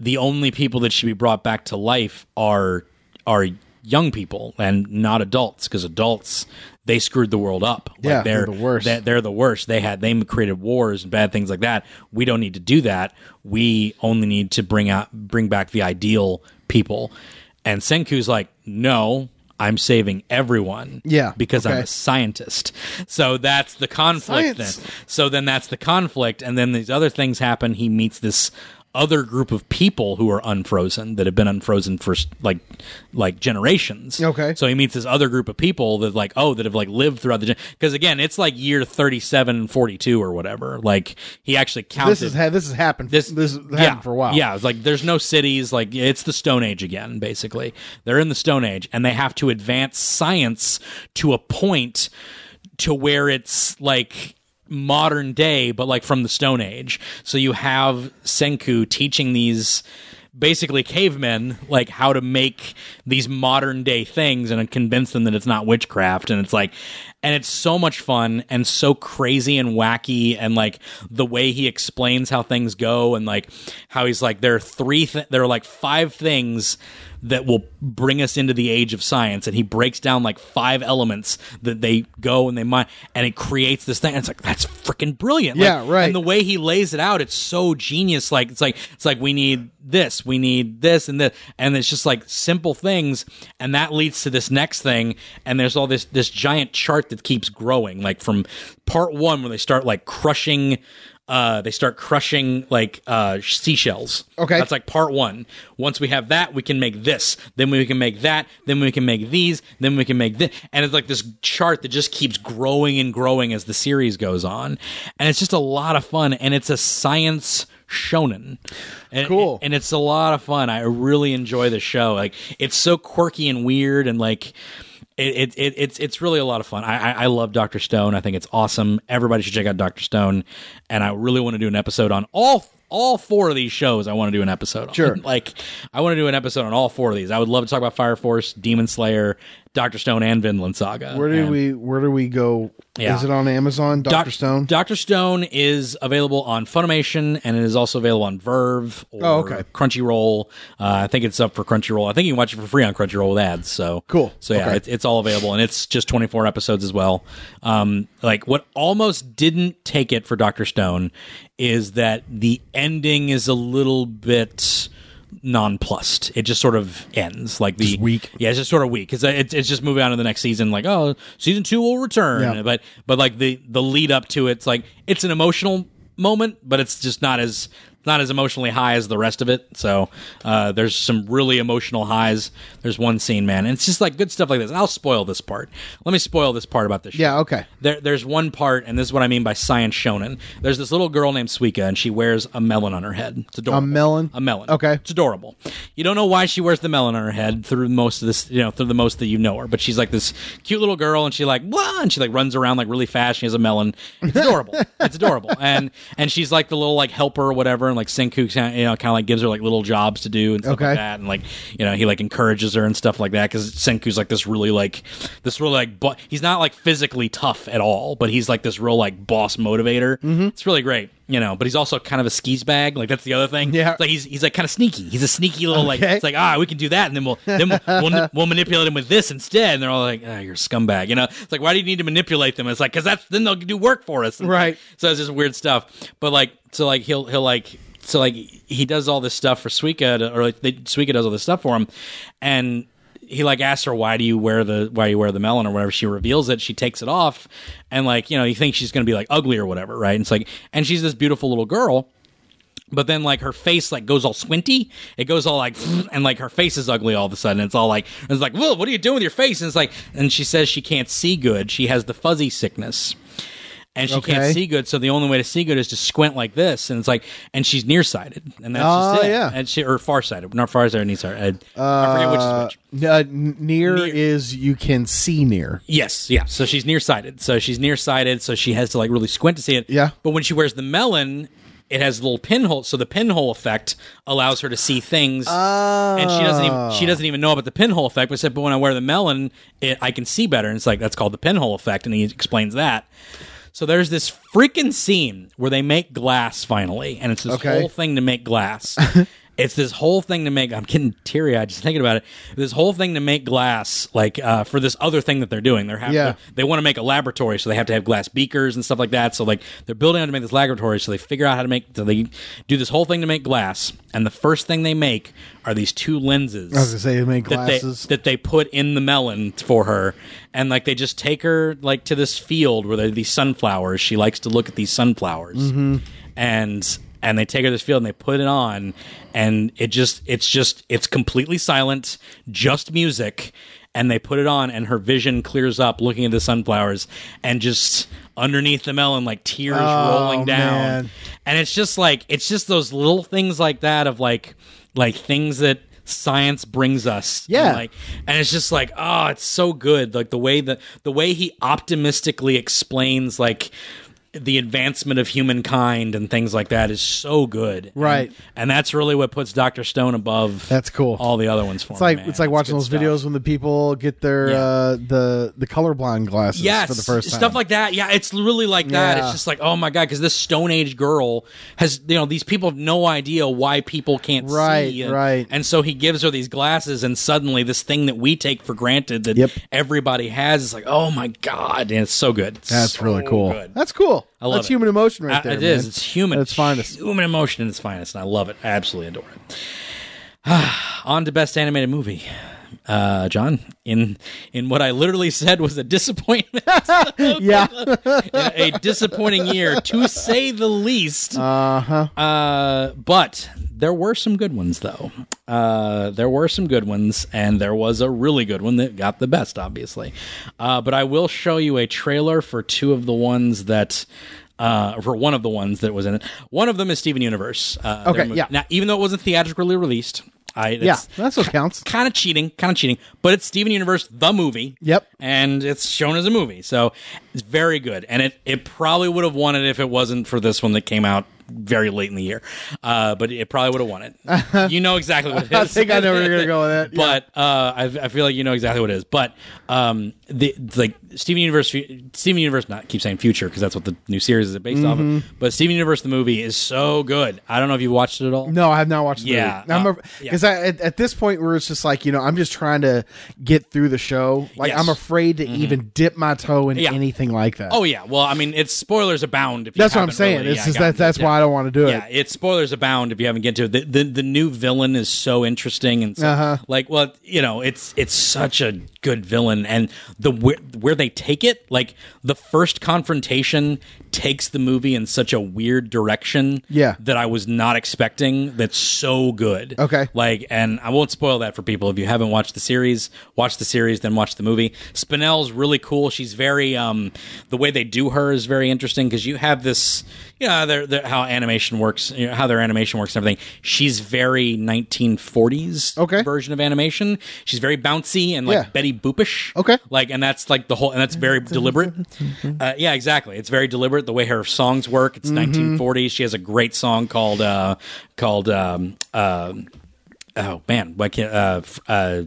the only people that should be brought back to life are are young people and not adults because adults they screwed the world up like Yeah, they're the worst. they- they're the worst they had they created wars and bad things like that we don't need to do that we only need to bring out bring back the ideal people and senku's like no i'm saving everyone Yeah, because i'm okay. a scientist so that's the conflict Science. then so then that's the conflict, and then these other things happen. He meets this other group of people who are unfrozen that have been unfrozen for like like generations. Okay. So he meets this other group of people that like oh that have like lived throughout the because again it's like year 37 42 or whatever. Like he actually counted This is ha- this has happened. This this has happened yeah, for a while. Yeah, it's like there's no cities. Like it's the Stone Age again. Basically, they're in the Stone Age, and they have to advance science to a point to where it's like modern day, but like from the Stone Age. So you have Senku teaching these basically cavemen like how to make these modern day things and convince them that it's not witchcraft and it's like and it's so much fun and so crazy and wacky and like the way he explains how things go and like how he's like there are three th- there are like five things that will bring us into the age of science and he breaks down like five elements that they go and they mine and it creates this thing and it's like that's freaking brilliant Like, Yeah, right. and the way he lays it out, it's so genius. Like it's like it's like we need this, we need this, and this, and it's just like simple things, and that leads to this next thing. And there's all this this giant chart that keeps growing, like from part one where they start like crushing uh, they start crushing like uh, seashells. Okay. that's like part one. Once we have that, we can make this. Then we can make that. Then we can make these. Then we can make this. And it's like this chart that just keeps growing and growing as the series goes on, and it's just a lot of fun. And it's a science shonen. And, Cool. and it's a lot of fun. I really enjoy the show. Like it's so quirky and weird, and like it, it, it it's it's really a lot of fun. I, I I love Doctor Stone. I think it's awesome. Everybody should check out Doctor Stone. And I really want to do an episode on all all four of these shows. I want to do an episode. Sure. <laughs> Like I want to do an episode on all four of these. I would love to talk about Fire Force, Demon Slayer, Doctor Stone, and Vinland Saga. Where do And- we where do we go? Yeah. Is it on Amazon, Doctor Doc- Stone? Dr. Stone is available on Funimation and it is also available on Verve or Oh, okay. Crunchyroll. Uh, I think it's up for Crunchyroll. I think you can watch it for free on Crunchyroll with ads. So Cool. So yeah, Okay. it's, it's all available and it's just 24 episodes as well. Um, like what almost didn't take it for Dr. Stone is that the ending is a little bit nonplussed. It just sort of ends like the weak. yeah, it's just sort of weak because it's, it's just moving on to the next season. Like, oh, season two will return, Yeah. but but like the the lead up to it's like it's an emotional moment, but it's just not as not as emotionally high as the rest of it. So uh, there's some really emotional highs. There's one scene, man, and it's just like good stuff like this. I'll spoil this part. Let me spoil this part about this. show Yeah, okay. there, there's one part, and this is what I mean by science shonen. There's this little girl named Suika, and she wears a melon on her head. It's adorable. A melon? A melon. Okay. It's adorable. You don't know why she wears the melon on her head through most of this, you know, through the most that you know her. But she's like this cute little girl, and she like what? And she like runs around like really fast. She has a melon. <laughs> It's adorable. it's adorable. And and she's like the little like helper or whatever, and like Senku, you know, kind of like gives her like little jobs to do and stuff Okay. like that. And like you know, he like encourages her and stuff like that because Senku's like this really like this really like but he's not like physically tough at all, but he's like this real like boss motivator. Mm-hmm. It's really great, you know. But he's also kind of a skis bag. Like that's the other thing. Yeah. It's like he's he's like kind of sneaky. He's a sneaky little like Okay. it's like ah we can do that and then we'll then we'll, <laughs> we'll, we'll manipulate him with this instead. And they're all like ah you're a scumbag, you know. It's like why do you need to manipulate them? It's like because that's then they'll do work for us. And Right. so it's just weird stuff. But like, so like he'll he'll like so like he does all this stuff for Suika, to, or like they, Suika does all this stuff for him, and he like asks her why do you wear the why you wear the melon or whatever. She reveals it. She takes it off, and like you know you think she's gonna be like ugly or whatever, right? And it's like and she's this beautiful little girl but then like her face like goes all squinty it goes all like <laughs> and like her face is ugly all of a sudden it's all like it's like well what are you doing with your face and it's like and she says she can't see good she has the fuzzy sickness and she Okay. can't see good so the only way to see good is to squint like this and it's like and she's nearsighted and that's Oh, just it yeah. and she or farsighted not farsighted nearsighted i forget which is Uh, which n- near, Near. is you can see near. Yes, yeah. So she's nearsighted. So she's nearsighted. So she has to like really squint to see it. Yeah. But when she wears the melon, it has a little pinhole. So the pinhole effect allows her to see things, Oh. and she doesn't Oh. even she doesn't even know about the pinhole effect. But said, but when I wear the melon, it, I can see better. And it's like that's called the pinhole effect, and he explains that. So there's this freaking scene where they make glass finally, and it's this Okay. whole thing to make glass. <laughs> it's this whole thing to make. I'm getting teary eyed just thinking about it. This whole thing to make glass, like uh, for this other thing that they're doing. They're having Yeah. they want to make a laboratory, so they have to have glass beakers and stuff like that. So like they're building out to make this laboratory, so they figure out how to make. So they do this whole thing to make glass, and the first thing they make are these two lenses Oh, I was gonna say they make that they, glasses. that they put in the melon for her and like they just take her like to this field where there are these sunflowers she likes to look at these sunflowers Mm-hmm. and and they take her to this field and they put it on and it just it's just it's completely silent just music and they put it on and her vision clears up looking at the sunflowers and just underneath the melon like tears rolling down Oh, man. and it's just like it's just those little things like that of like like things that science brings us Yeah. and like and it's just like oh it's so good like the way that the way he optimistically explains like the advancement of humankind and things like that is so good Right. and, and that's really what puts dr stone above That's cool. all the other ones for it's like it's like watching those videos when the people get their Yeah. uh, the the colorblind glasses yes, for the first time. Stuff like that. Yeah, it's really like that. Yeah. It's just like, oh my god, because this Stone Age girl has, you know, these people have no idea why people can't Right, see. right. And so he gives her these glasses, and suddenly this thing that we take for granted that Yep. everybody has is like, oh my god, and it's so good. It's that's so really cool. good. That's cool. I love that's it. human emotion right Uh, there. It is. man. It's human. It's <laughs> finest. Human <sighs> emotion in its finest, and I love it. I absolutely adore it. On to best animated movie. uh, John, in in what I literally said was a disappointment, yeah. a disappointing year to say the least. Uh huh. Uh, but there were some good ones though. Uh, there were some good ones, and there was a really good one that got the best, obviously. Uh, but I will show you a trailer for two of the ones that. Uh, for one of the ones that was in it, one of them is Steven Universe. Uh, their Okay, movie. yeah. Now, even though it wasn't theatrically released, <laughs> I Yeah. that's, That's what counts. kind of cheating, kind of cheating, but it's Steven Universe the movie. Yep. And it's shown as a movie. So it's very good. And it, it probably would have won it if it wasn't for this one that came out very late in the year. Uh, but it probably would have <laughs> won it. you know exactly what it is. I think I know where you're gonna go with that. Yeah. But uh, I, I feel like you know exactly what it is. But um, the it's like Steven Universe, Steven Universe, not keep saying future because that's what the new series is based off Mm-hmm. of. But Steven Universe, the movie, is so good. I don't know if you watched it at all. No, I have not watched. The Yeah, uh, yeah. because at, at this point where it's just like you know, I'm just trying to get through the show. Like Yes. Mm-hmm. I'm afraid to even dip my toe in Yeah. anything like that. Oh yeah, well I mean it's spoilers abound. If you that's what I'm haven't saying. really- it's yeah, just gotten that that's to it. why I don't want to do Yeah, it. it's spoilers abound if you haven't get to it. The, the the new villain is so interesting and so, Uh-huh. like well you know it's it's such a good villain and the where, where they take it like the first confrontation takes the movie in such a weird direction Yeah. that I was not expecting that's so good Okay. like and I won't spoil that for people if you haven't watched the series watch the series then watch the movie Spinell's really cool she's very um the way they do her is very interesting because you have this you know their, their, how animation works you know, how their animation works and everything she's very 1940s Okay. version of animation she's very bouncy and like Yeah. Betty Boopish Okay. like and that's like the whole and that's <laughs> very deliberate uh, yeah exactly it's very deliberate the way her songs work Mm-hmm. it's 1940s she has a great song called uh called um uh oh man why can't uh f- uh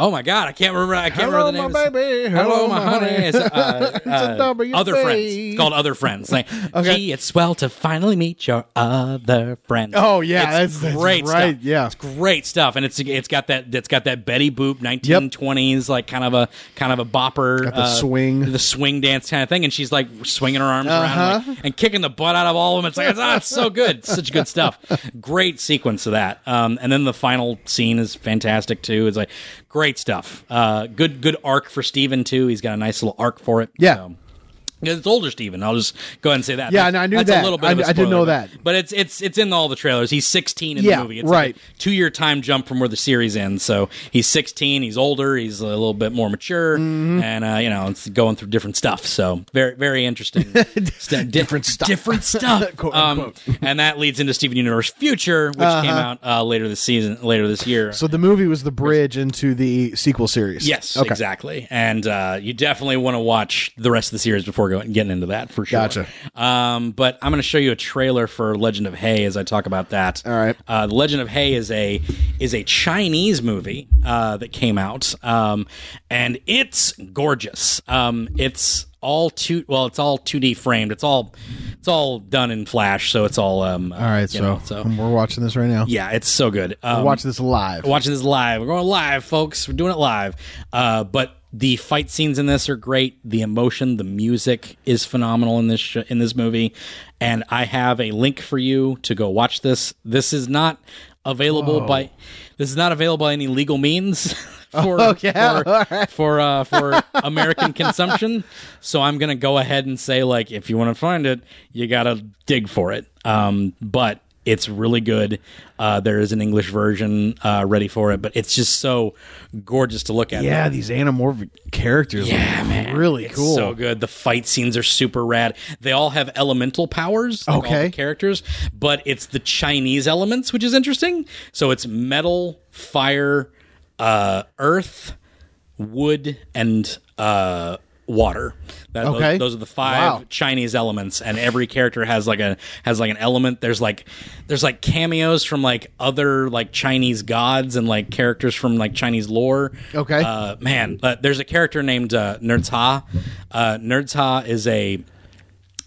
Oh my God! I can't remember. I can't Hello, remember the name. my of the baby. song. Hello, Hello, my my honey. honey. It's, uh, uh, W other babe. friends. It's called other friends. Like, <laughs> Okay. gee, it's swell to finally meet your other friend. Oh, yeah, that's- it's that's great. right, stuff. yeah. it's great stuff, and it's it's got that it's got that Betty Boop 1920s like kind of a kind of a bopper uh, the swing. Uh-huh. the swing dance kind of thing, and she's like swinging her arms around and, like, and kicking the butt out of all of them. It's like, ah, it's so good, such <laughs> good stuff. Great sequence of that, um, and then the final scene is fantastic too. It's like great stuff. Uh, good, good arc for Steven too. He's got a nice little arc for it. Yeah. So. 'Cause It's older Steven. I'll just go ahead and say that. Yeah, That's- no, I knew that's that. A little bit I- of a I did know spoiler, that. but it's it's it's in all the trailers. He's 16 in Yeah, the movie. It's right. two year time jump from where the series ends. So he's 16. He's older. He's a little bit more mature, Mm-hmm. and uh, you know, it's going through different stuff. So very <laughs> very interesting. different stuff. Different stuff. Quote, Uh-huh. um, and that leads into Steven Universe Future, which came out uh, later this season, later this year. So the movie was the bridge into the sequel series. Yes, exactly. And uh, you definitely want to watch the rest of the series before going, getting into that for sure. Gotcha. Um, but I'm going to show you a trailer for Legend of Hay as I talk about that. All right. Uh, the Legend of Hay is a is a Chinese movie uh, that came out, um, and it's gorgeous. Um, it's all two well, it's all 2D framed. It's all it's all done in Flash, so it's all um, All right. So, we're watching this right now. yeah, it's so good. Um, We're watching this live. watching this live. We're going live, folks. We're doing it live. Uh, but the fight scenes in this are great. The emotion, the music is phenomenal in this sh- in this movie. And I have a link for you to go watch this. This is not available by this is not available by any legal means <laughs> for for, for uh for American consumption. So I'm gonna go ahead and say like if you want to find it, you gotta dig for it. Um, but it's really good. Uh, there is an English version uh, ready for it, but it's just so gorgeous to look at. Yeah, these anamorphic characters. Yeah, look man. Really It's cool. So good. The fight scenes are super rad. They all have elemental powers. like all Okay. the characters, but it's the Chinese elements, which is interesting. So it's metal, fire, uh, earth, wood, and uh, water. That, those- Okay. Those, are the five Wow. Chinese elements, and every character has like a has like an element. There's like there's like cameos from like other like Chinese gods and like characters from like Chinese lore. Okay. Uh, man, uh, there's a character named uh, Nerdha. Uh, Nerdha is a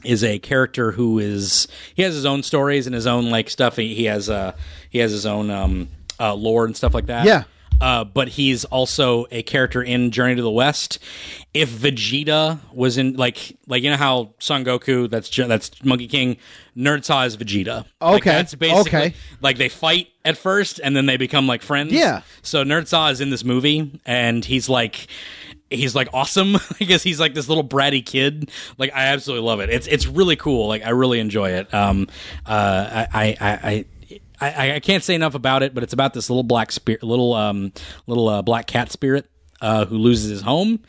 is a character who is he has his own stories and his own like stuff. He, he has uh he has his own um uh, lore and stuff like that. Yeah. uh, but he's also a character in Journey to the West. If Vegeta was in like like you know how Son Goku that's Jo- that's Monkey King, Nerdsaw is Vegeta. Like, Okay. that's basically Okay. like they fight at first and then they become like friends. Yeah. So Nerdsaw is in this movie and he's like he's like awesome <laughs> because he's like this little bratty kid. Like I absolutely love it. It's it's really cool. Like I really enjoy it. Um uh I I I, I, I, I can't say enough about it, but it's about this little black spirit, little um, little uh, black cat spirit uh, who loses his home.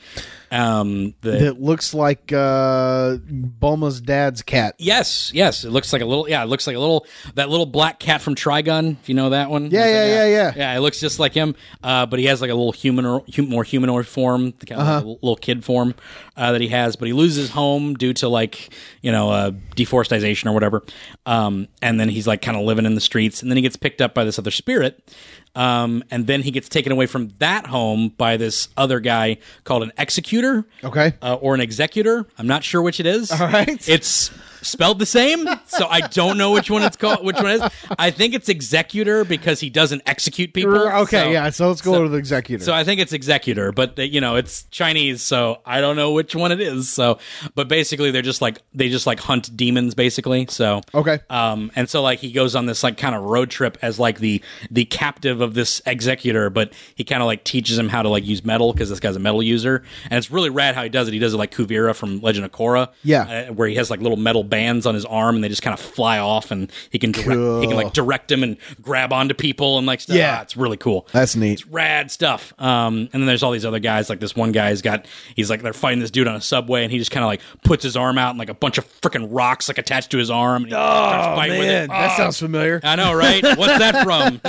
Um, the, That looks like uh, Bulma's dad's cat. Yes, yes. It looks like a little. Yeah, it looks like a little. That little black cat from Trigun. If you know that one. Yeah, yeah, yeah, yeah. Yeah, it looks just like him. Uh, but he has like a little human, or, hum, more humanoid form, the kind Uh-huh. of like a little kid form uh, that he has. But he loses home due to like you know uh, deforestation or whatever. Um, and then he's like kind of living in the streets. And then he gets picked up by this other spirit. Um, and then he gets taken away from that home by this other guy called an executor Okay. uh, or an executor. I'm not sure which it is. All right. It's spelled the same, so I don't know which one it's called. Which one it is? I think it's executor because he doesn't execute people. okay, so- yeah. So let's go to the executor. So I think it's executor, but they, you know it's Chinese, so I don't know which one it is. So, but basically they're just like they just like hunt demons, basically. So Okay. um, and so like he goes on this like kind of road trip as like the the captive of this executor, but he kind of like teaches him how to like use metal because this guy's a metal user, and it's really rad how he does it. He does it like Kuvira from Legend of Korra, Yeah. uh, where he has like little metal bands on his arm and they just kind of fly off, and he can direct, he can like direct them and grab onto people and like stuff. Yeah. Ah, it's really cool That's neat. rad stuff. Um, and then there's all these other guys. Like this one guy's got, he's like they're fighting this dude on a subway, and he just kind of like puts his arm out, and like a bunch of freaking rocks like attached to his arm. And he Oh, starts fighting with it. Oh, that sounds familiar. I know, right? What's that from?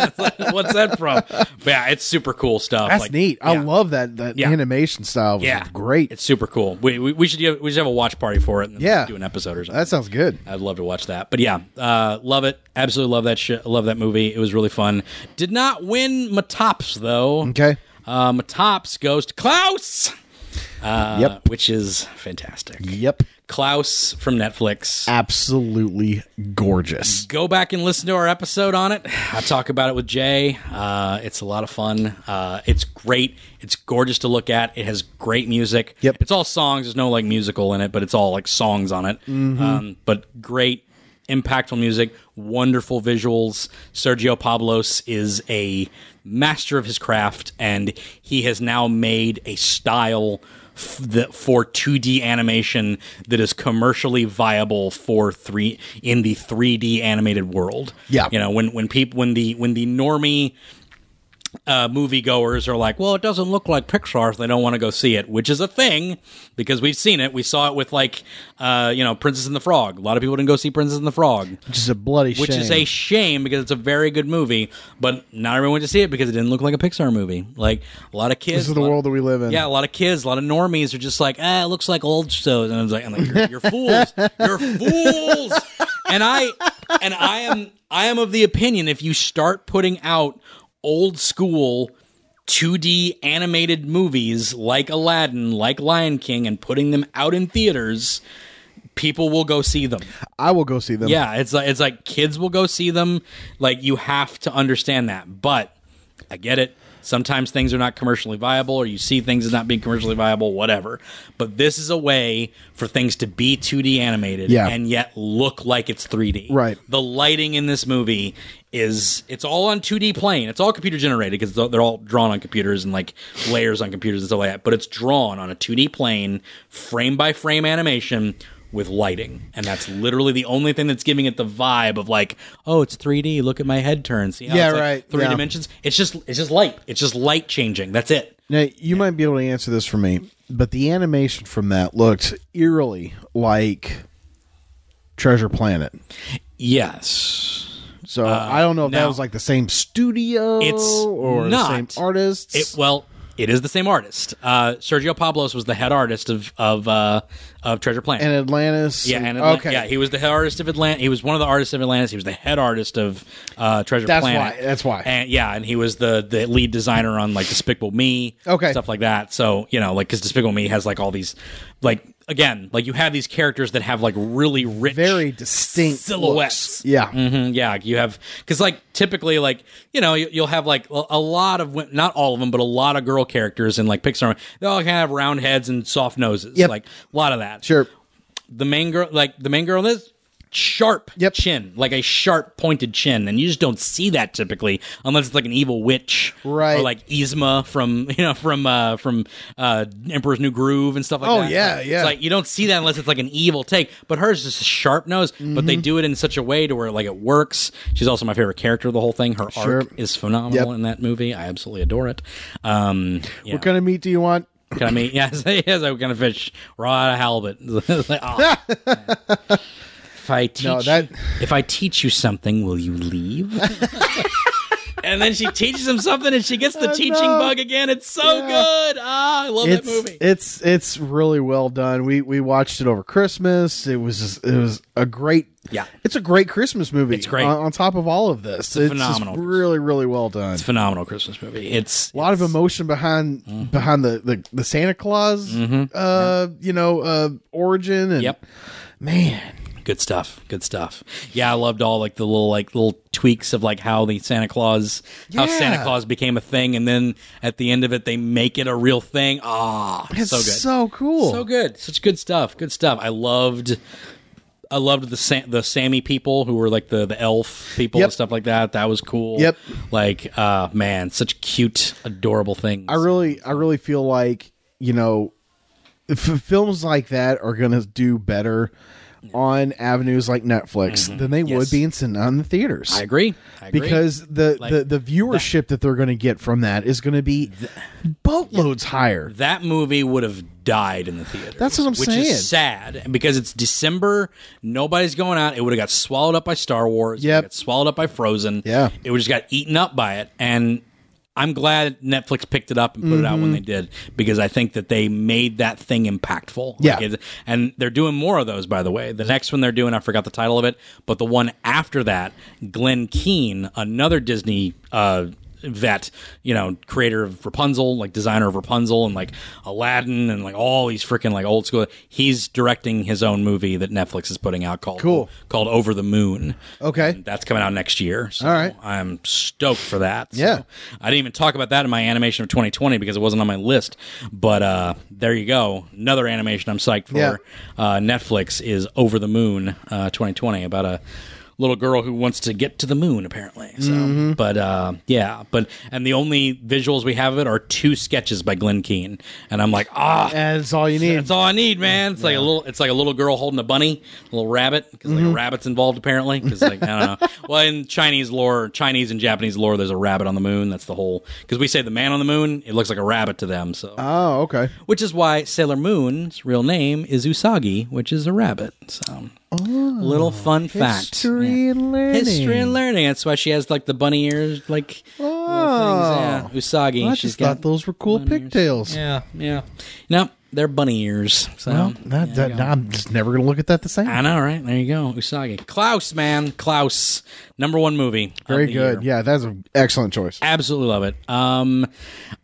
<laughs> What's that from? But yeah, it's super cool stuff. That's Like, neat. I yeah. love that that Yeah. animation style. Was Yeah, great. It's super cool. We, we, we should do, we should have a watch party for it. And then Yeah. do an episode or something. that sounds good. I'd love to watch that. But yeah, uh, love it. Absolutely love that shit. Love that movie. It was really fun. Did not win Matops though. Okay. Uh, Matops goes to Klaus. Uh, Yep. Which is fantastic. Yep. Klaus from Netflix. Absolutely gorgeous. Go back and listen to our episode on it. I talk about it with Jay. Uh, it's a lot of fun. Uh, it's great. It's gorgeous to look at. It has great music. Yep. It's all songs. There's no like musical in it, but it's all like songs on it. Mm-hmm. Um, but great, impactful music, wonderful visuals. Sergio Pablos is a master of his craft, and he has now made a style f- that for 2D animation that is commercially viable for three in the 3D animated world. Yeah. you know when when people when the when the normie uh, moviegoers are like, well, it doesn't look like Pixar. so They don't want to go see it, which is a thing because we've seen it. We saw it with like, uh, you know, Princess and the Frog. A lot of people didn't go see Princess and the Frog, Which is a bloody which shame. is a shame because it's a very good movie, but not everyone went to see it because it didn't look like a Pixar movie. Like a lot of kids. This is the a lot- world that we live in. yeah, a lot of kids, a lot of normies are just like, ah, it looks like old shows, and I was like, I'm like, you're, you're fools, <laughs> you're fools, and I, and I am, I am of the opinion if you start putting out old school. 2D animated movies like Aladdin, like Lion King, and putting them out in theaters, people will go see them. I will go see them. Yeah, it's like it's like kids will go see them. Like you have to understand that. But I get it. Sometimes things are not commercially viable, or you see things as not being commercially viable, whatever. But this is a way for things to be 2D animated Yeah. and yet look like it's 3D. Right. The lighting in this movie is it's all on 2D plane. It's all computer generated because they're all drawn on computers and like layers on computers and stuff like that. But it's drawn on a 2D plane, frame by frame animation with lighting, and that's literally the only thing that's giving it the vibe of like, oh, it's 3D. Look at my head turn. See how Yeah, it's like right, three yeah. dimensions. It's just it's just light. It's just light changing. That's it. Now you might be able to answer this for me, but the animation from that looked eerily like Treasure Planet. Yes. So I don't know if that Uh, now- was like the same studio It's or not. the same artists. It, well, it is the same artist. Uh, Sergio Pablos was the head artist of of uh, of Treasure Planet. and Atlantis. yeah, and Atla- okay. yeah, he was the head artist of Atlanta. He was one of the artists of Atlantis. He was the head artist of uh, Treasure That's Planet. why- that's why. And yeah, and he was the the lead designer on like Despicable Me. Okay. Stuff like that. So you know, like because Despicable Me has like all these like again, like you have these characters that have like really rich, Very distinct silhouettes. looks. Yeah. hmm yeah. You have because like typically like you know you, you'll have like a a lot of wo- not all of them, but a lot of girl characters in like Pixar. They all kind of have round heads and soft noses. Yep. Like a lot of that. Sure. The main girl, like the main girl, is sharp Yep. chin, like a sharp pointed chin, and you just don't see that typically unless it's like an evil witch, Right. Or like Yzma from <laughs> you know from uh from uh Emperor's New Groove and stuff like Oh, that. yeah, It's yeah. like you don't see that unless it's like an evil take. But hers is a sharp nose, but Mm-hmm. they do it in such a way to where like it works. She's also my favorite character of the whole thing. Her Sure. arc is phenomenal Yep. in that movie. I absolutely adore it. Um, yeah. What kind of meat do you want? Kind <laughs> of meat, yes, yes. What kind of fish? Raw out of halibut. <laughs> It's like, oh. if I teach, No, that- if I teach you something, will you leave? <laughs> and then she teaches him something, and she gets the teaching bug again. It's so good. Ah, I love It's that movie. it's it's really well done. We we watched it over Christmas. It was it was a great Yeah. It's a great Christmas movie. It's great. On, on top of all of this, it's, just phenomenal. really really well done. It's Mm-hmm. a phenomenal Christmas movie. It's a lot of emotion behind behind the the, the Santa Claus, uh, you know, uh, origin and Mm-hmm. Yep. man, good stuff good stuff yeah i loved all like the little like little tweaks of like how the santa claus how Yeah. santa claus became a thing and then at the end of it they make it a real thing ah it's so so, good cool. so good such good stuff good stuff i loved i loved the Sa- the sammy people who were like the the elf people Yep. and stuff like that that was cool Yep. like uh man such cute adorable things I really I really feel like you know, f- films like that are gonna do better on avenues like Netflix than they Mm-hmm. Yes. would being sent on uh, the theaters. I agree I agree. because the, the, the viewership that, they're going to get from that is going to be boatloads higher. that movie would have died in the theater. That's what I'm which saying. Is sad because it's December. Nobody's going out. It would have got swallowed up by Star Wars. it Yep. would've got swallowed up by Frozen. Yeah. it would just got eaten up by it. And I'm glad Netflix picked it up and put it out when Mm-hmm. they did because I think that they made that thing impactful. Yeah. it- and they're doing more of those, by the way. The next one they're doing, I forgot the title of it, but the one after that, Glenn Keane, another Disney uh, vet, you know, creator of Rapunzel, like designer of Rapunzel and like Aladdin and like all these freaking like old school. He's directing his own movie that Netflix is putting out called Cool. called Over the Moon. Okay. And that's coming out next year. So All right. I'm stoked for that. So Yeah. I didn't even talk about that in my animation of 2020 because it wasn't on my list. But uh, there you go. Another animation I'm psyched for. Yeah. Uh, Netflix is Over the Moon uh, 2020 about a little girl who wants to get to the moon apparently so Mm-hmm. but uh yeah but and the only visuals we have of it are two sketches by glenn keane and i'm like ah That's all you need. that's all I need, man. It's like a little. It's like a little girl holding a bunny, a little rabbit, because like Mm-hmm. a rabbit's involved apparently. Because like I <laughs> don't know. Well, in Chinese lore, Chinese and Japanese lore, there's a rabbit on the moon. That's the whole. Because we say the man on the moon, it looks like a rabbit to them. So, Oh, okay. which is why Sailor Moon's real name is Usagi, which is a rabbit. So, little fun fact. Oh. History Yeah. and learning. History and learning. That's why she has like the bunny ears, like Oh, little things. Yeah, Usagi. I She's just thought got- those were cool pigtails. Yeah, yeah. No, they're bunny ears. So. Well, that, that, I'm just never going to look at that the same. I know, right? There you go. Usagi. Klaus, man. Klaus. Number one movie. of Very the good. year. Yeah, that's an excellent choice. Absolutely love it. Um,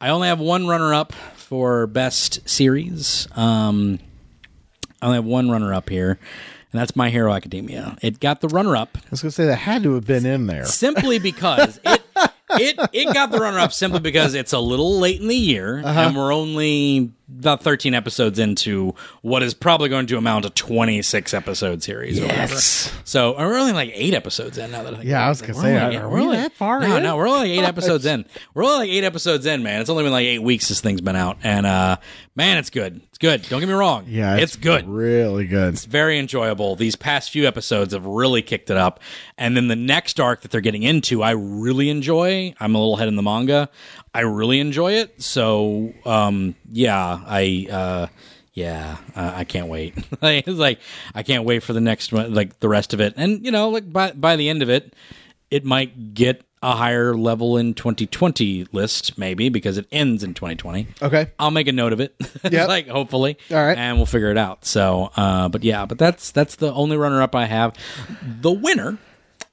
I only have one runner up for best series. Um, I only have one runner up here, and that's My Hero Academia. It got the runner up I was going to say that had to have been in there. <laughs> simply because it it it got the runner up simply because it's a little late in the year Uh-huh. and we're only about 13 episodes into what is probably going to amount to 26 episode series or whatever. Yes. So we're only like eight episodes in now that I think. Yeah, I about was it. gonna We're say, only- are we're we only- that far No, in? no, we're only like eight episodes in. We're only like eight episodes in, man. It's only been like eight weeks this thing's been out, and uh, man, it's good. It's good. Don't get me wrong. Yeah, it's good Really good. very enjoyable. These past few episodes have really kicked it up. And then the next arc that they're getting into, I really enjoy. I'm a little ahead in the manga. I really enjoy it. So, um, yeah, I, uh, yeah, uh, I can't wait. <laughs> Like, it's like, I can't wait for the next one, like the rest of it. And, you know, like by, by the end of it, it might get a higher level in 2020 list, maybe, because it ends in 2020. Okay. I'll make a note of it. <laughs> Yep. like hopefully. All right. And we'll figure it out. So, uh, but yeah, but that's that's the only runner up I have. The winner,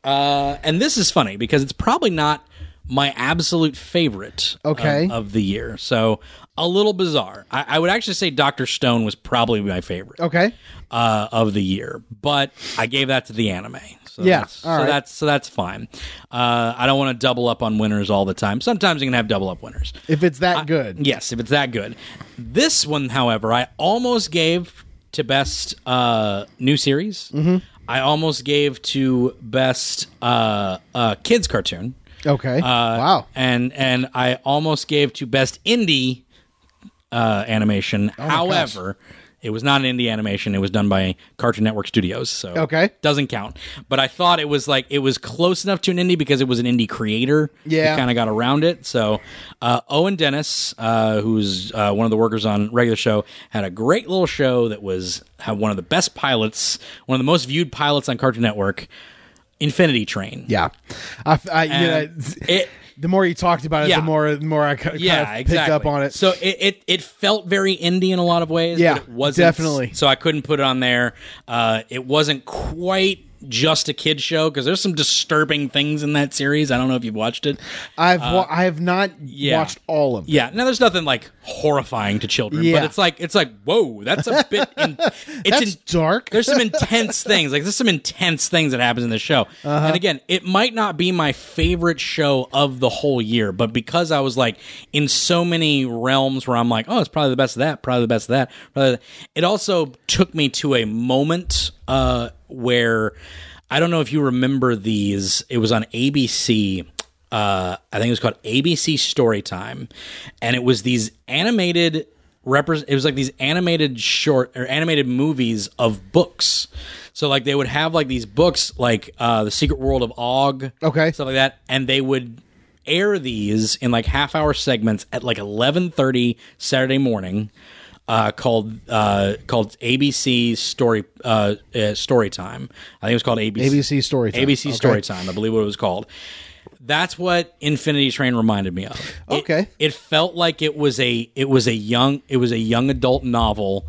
uh, and this is funny because it's probably not my absolute favorite Okay. of, of the year. So a little bizarre. I, I would actually say Doctor Stone was probably my favorite Okay. uh, of the year, but I gave that to the anime. So Yeah, that's, all so right. that's so that's fine. Uh, I don't want to double up on winners all the time. Sometimes you can have double up winners. If it's that good. Yes, if it's that good. This one, however, I almost gave to best uh, new series. Mm-hmm. I almost gave to best uh, uh, kids cartoon, Okay. wow. Uh, and and I almost gave to best indie uh, animation. Oh however. It was not an indie animation. It was done by Cartoon Network Studios, so Okay. doesn't count. But I thought it was like it was close enough to an indie because it was an indie creator. Yeah. kind of got around it. So uh, Owen Dennis, uh, who's uh, one of the workers on regular show, had a great little show that was had one of the best pilots, one of the most viewed pilots on Cartoon Network, Infinity Train. Yeah. I, I, you know, And it the more you talked about it, Yeah. the more the more I ki- kind yeah, of picked exactly. up on it. So it, it it felt very indie in a lot of ways. Yeah, but it wasn't, definitely. So I couldn't put it on there. Uh, it wasn't quite just a kid show because there's some disturbing things in that series. I don't know if you've watched it. I've wa- I have not watched all of them. uh, Yeah, now there's nothing like horrifying to children, Yeah. but it's like it's like whoa, that's a <laughs> bit. In, it's That's in, dark. <laughs> There's some intense things. Like there's some intense things that happens in the show. Uh-huh. And again, it might not be my favorite show of the whole year, but because I was like in so many realms where I'm like, oh, it's probably the best of that, probably the best of that. Probably the-" It also took me to a moment uh, where I don't know if you remember these. It was on ABC. Uh, I think it was called ABC Storytime, and it was these animated represent it was like these animated short or animated movies of books so like they would have like these books like uh the secret world of og Okay. stuff like that and they would air these in like half hour segments at like 11:30 Saturday morning uh, called uh, called ABC story uh, uh, story time. I think it was called ABC ABC Story Time. ABC Okay. story time. I believe what it was called. That's what Infinity Train reminded me of. It- Okay. it felt like it was a it was a young it was a young adult novel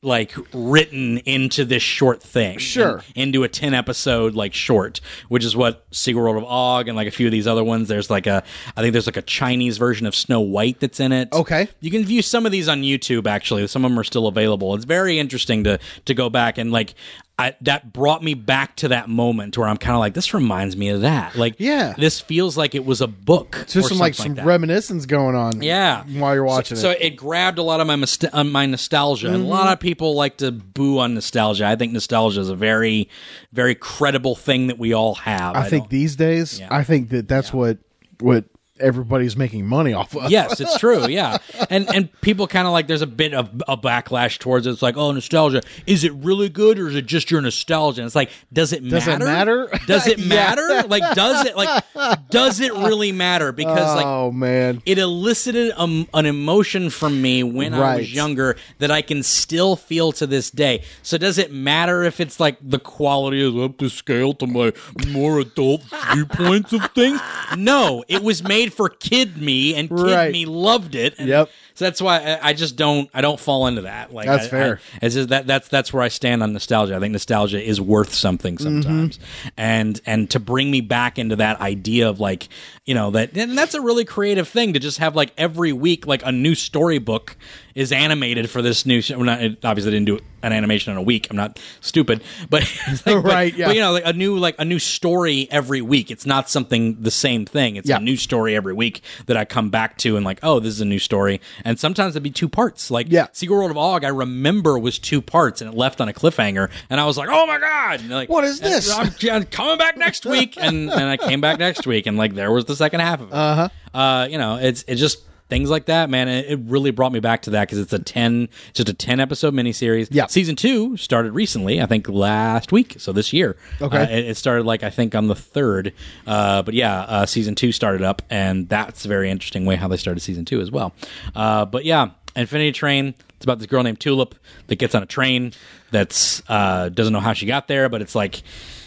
like written into this short thing Sure. in- into a 10 episode like short which is what secret world of og and like a few of these other ones there's like a i think there's like a chinese version of snow white that's in it Okay. you can view some of these on youtube actually some of them are still available it's very interesting to to go back and like I, that brought me back to that moment where i'm kind of like this reminds me of that like Yeah. this feels like it was a book There's or some like something some that. reminiscence going on. Yeah. While you're watching so, it. Mm-hmm. So it grabbed a lot of my mist- uh, my nostalgia. And a lot of people like to boo on nostalgia. I think nostalgia is a very, very credible thing that we all have. I, think don't- these days, I think that that's what what everybody's making money off of. <laughs> yes, it's true. Yeah, and and people kind of like there's a bit of a backlash towards it. It's like, oh, nostalgia. Is it really good or is it just your nostalgia? And it's like, does it Does it matter? matter? Does <laughs> it Yeah. matter? Like, does it like does it really matter? Because like oh man. it elicited um an emotion from me when I Right. was younger that I can still feel to this day. So does it matter if it's like the quality is up to scale to my more adult viewpoints of things? No, it was made for kid me, and kid Right. me loved it. And Yep. So that's why I, I just don't I don't fall into that. Like That's I- fair. I- it's just that that's that's where I stand on nostalgia. I think nostalgia is worth something Mm-hmm. sometimes, and and to bring me back into that idea of like you know that and that's a really creative thing to just have like every week like a new storybook is animated for this new. Show. Well, not, it- obviously, I didn't do an animation in a week. I'm not stupid, <laughs> but it's like, Right, But, yeah. but you know, like a new like a new story every week. It's not something the same thing. It's Yeah. a new story every week that I come back to and like, oh, this is a new story. And sometimes it'd be two parts. Like Yeah. Secret World of Og, I remember was two parts and it left on a cliffhanger. And I was like, oh my God. And, like, What is and this? I'm, I'm coming back next week. And, and I came back next week and like there was the second half of it. Uh-huh. You know, it's it just things like that, man. It, it really brought me back to that because it's a 10, just a 10 episode miniseries. Yeah. Season two started recently, I think last week. So this year. Okay. Uh, it, it started like I think on the third, uh, but yeah, uh, season two started up, and that's a very interesting way how they started season two as well. Uh, but yeah, Infinity Train. It's about this girl named Tulip that gets on a train that's uh, doesn't know how she got there, but it's like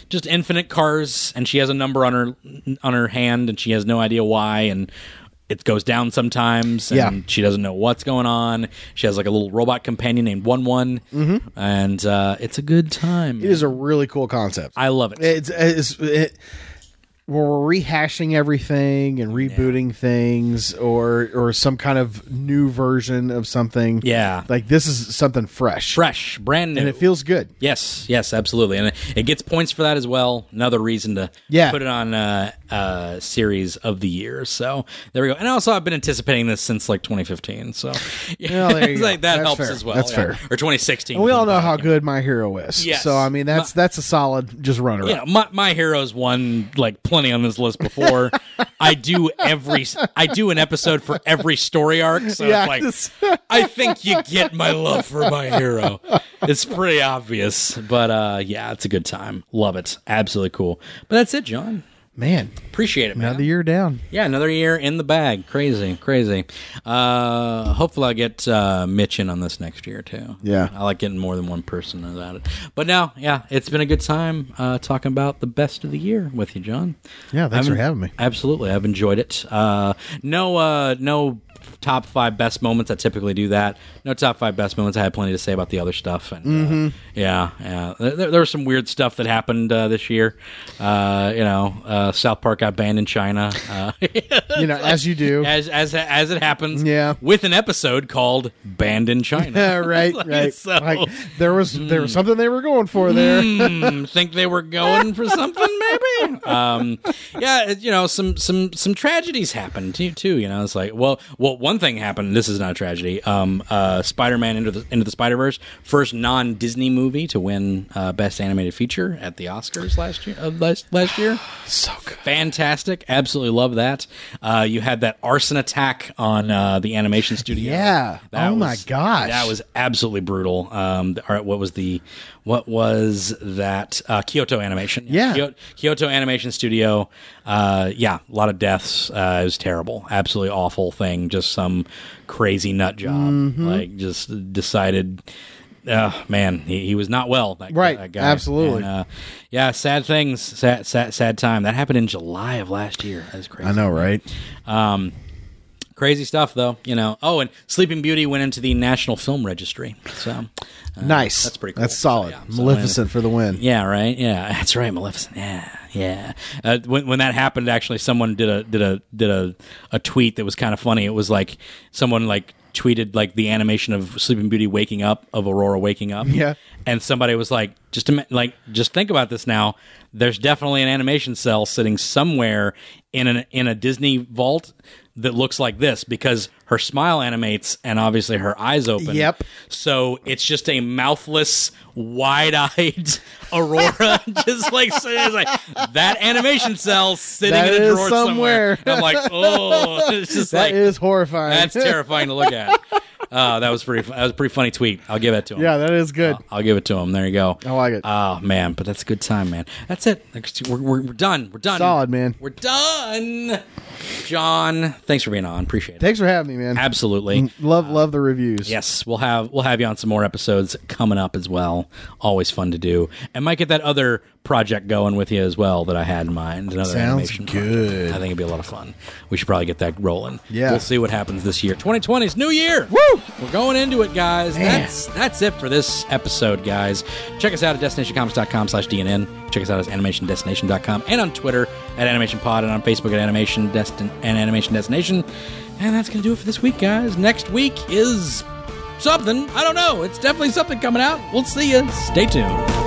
just infinite cars, and she has a number on her on her hand, and she has no idea why, and. It goes down sometimes, and Yeah. she doesn't know what's going on. She has like a little robot companion named One One, Mm-hmm. and uh, it's a good time. It is a really cool concept. I love it. It's, it's it, where we're rehashing everything and rebooting things or or some kind of new version of something. Yeah. Like this is something fresh. Fresh, brand new. And it feels good. Yes, yes, absolutely, and it, it gets points for that as well. Another reason to Yeah. put it on uh, uh, series of the year. So there we go. And also, I've been anticipating this since like 2015. So <laughs> yeah, Well, there you it's go. like that That's helps fair. as well. That's yeah. fair. Or 2016. And we all know how good My Hero is. Yes. So I mean that's that's a solid just runner Yeah, my my heroes won like plenty on this list before. I do every I do an episode for every story arc, so Yeah, it's this- like <laughs> I think you get my love for my hero. It's pretty obvious, but uh, yeah, it's a good time. Love it, absolutely cool. But that's it, John. Man, Appreciate it, man. another year down. Yeah, another year in the bag. Crazy, crazy. Uh, hopefully, I'll get uh, Mitch in on this next year, too. Yeah. I like getting more than one person about it. But no, yeah, it's been a good time uh, talking about the best of the year with you, John. Yeah, thanks I'm- for having me. Absolutely, I've enjoyed it. Uh, no, uh, no top five best moments. I typically do that. No top five best moments. I had plenty to say about the other stuff, and Mm-hmm. uh, yeah, yeah. There, there- there was some weird stuff that happened uh, this year. Uh, you know, uh, South Park got banned in China, uh, You know, as you <laughs> do. as as as it happens. Yeah. with an episode called "Banned in Yeah, <laughs> China." right, right. so- Mm. Like, there was there was something they were going for there. Hmm, think they were going for something, maybe. Um, yeah, it- you know, some some some tragedies happened too. Too, you know, it's like, well, well, one thing happened. This is not a tragedy. Um, uh, Spider-Man into the into the Spider-Verse, first non-Disney movie to win uh, best animated feature at the Oscars last year. Uh, last last year, <sighs> so good. fantastic, absolutely love that. Uh, you had that arson attack on uh, the animation studio. Yeah. Oh my was- gosh. that was absolutely brutal. Um, the- all right, what was the what was that uh, Kyoto Animation? Yeah. Kyoto, Kyoto Animation Studio. Uh, yeah, a lot of deaths. Uh, it was terrible, absolutely awful thing. Just some crazy nut job, Mm-hmm. like just decided. Uh, man, he, he was not well. That, Right, that guy. absolutely. And, uh, yeah, sad things. Sad, sad, sad time. That happened in July of last year. That's crazy. I know, right? Um, crazy stuff, though. You know. Oh, and Sleeping Beauty went into the National Film Registry. So uh, nice. That's pretty. cool. That's solid. So, yeah, so- Maleficent for the win. yeah. Right. Yeah. <laughs> That's right. Maleficent. Yeah. Yeah. Uh, when when that happened, actually, someone did a did a did a a tweet that was kind of funny. It was like someone like tweeted like the animation of Sleeping Beauty waking up of Aurora waking up. Yeah. And somebody was like, just ima- like just think about this now. There's definitely an animation cell sitting somewhere in an in a Disney vault that looks like this because her smile animates and obviously her eyes open. Yep. So it's just a mouthless, wide-eyed <laughs> Aurora, <laughs> just like, so it's like that animation cell sitting That in a is drawer somewhere. somewhere. And I'm like, <laughs> oh, it's just That like is horrifying. <laughs> that's terrifying to look at. Uh, that was pretty. That was a pretty funny tweet. I'll give it to him. yeah, that is good. I'll give it to him. There you go. I like it. Oh man, but that's a good time, man. That's it. We're, we're, we're done. We're done. Solid, man. We're done. John, thanks for being on. Appreciate it. Thanks for having me, man. Absolutely. love love the reviews. Yes, we'll have we'll have you on some more episodes coming up as well. Always fun to do, and might get that other project going with you as well that I had in mind. Another Sounds animation project. good. I think it'd be a lot of fun. We should probably get that rolling. Yeah. we'll see what happens this year. 2020 is new year. Woo! We're going into it, guys. That's that's it for this episode, guys. Check us out at destinationcomics.com slash DNN. Check us out at animationdestination.com and on Twitter at animationpod and on Facebook at animation destin and animation destination. And that's gonna do it for this week, guys. Next week is something. I don't know. It's definitely something coming out. We'll see you. Stay tuned.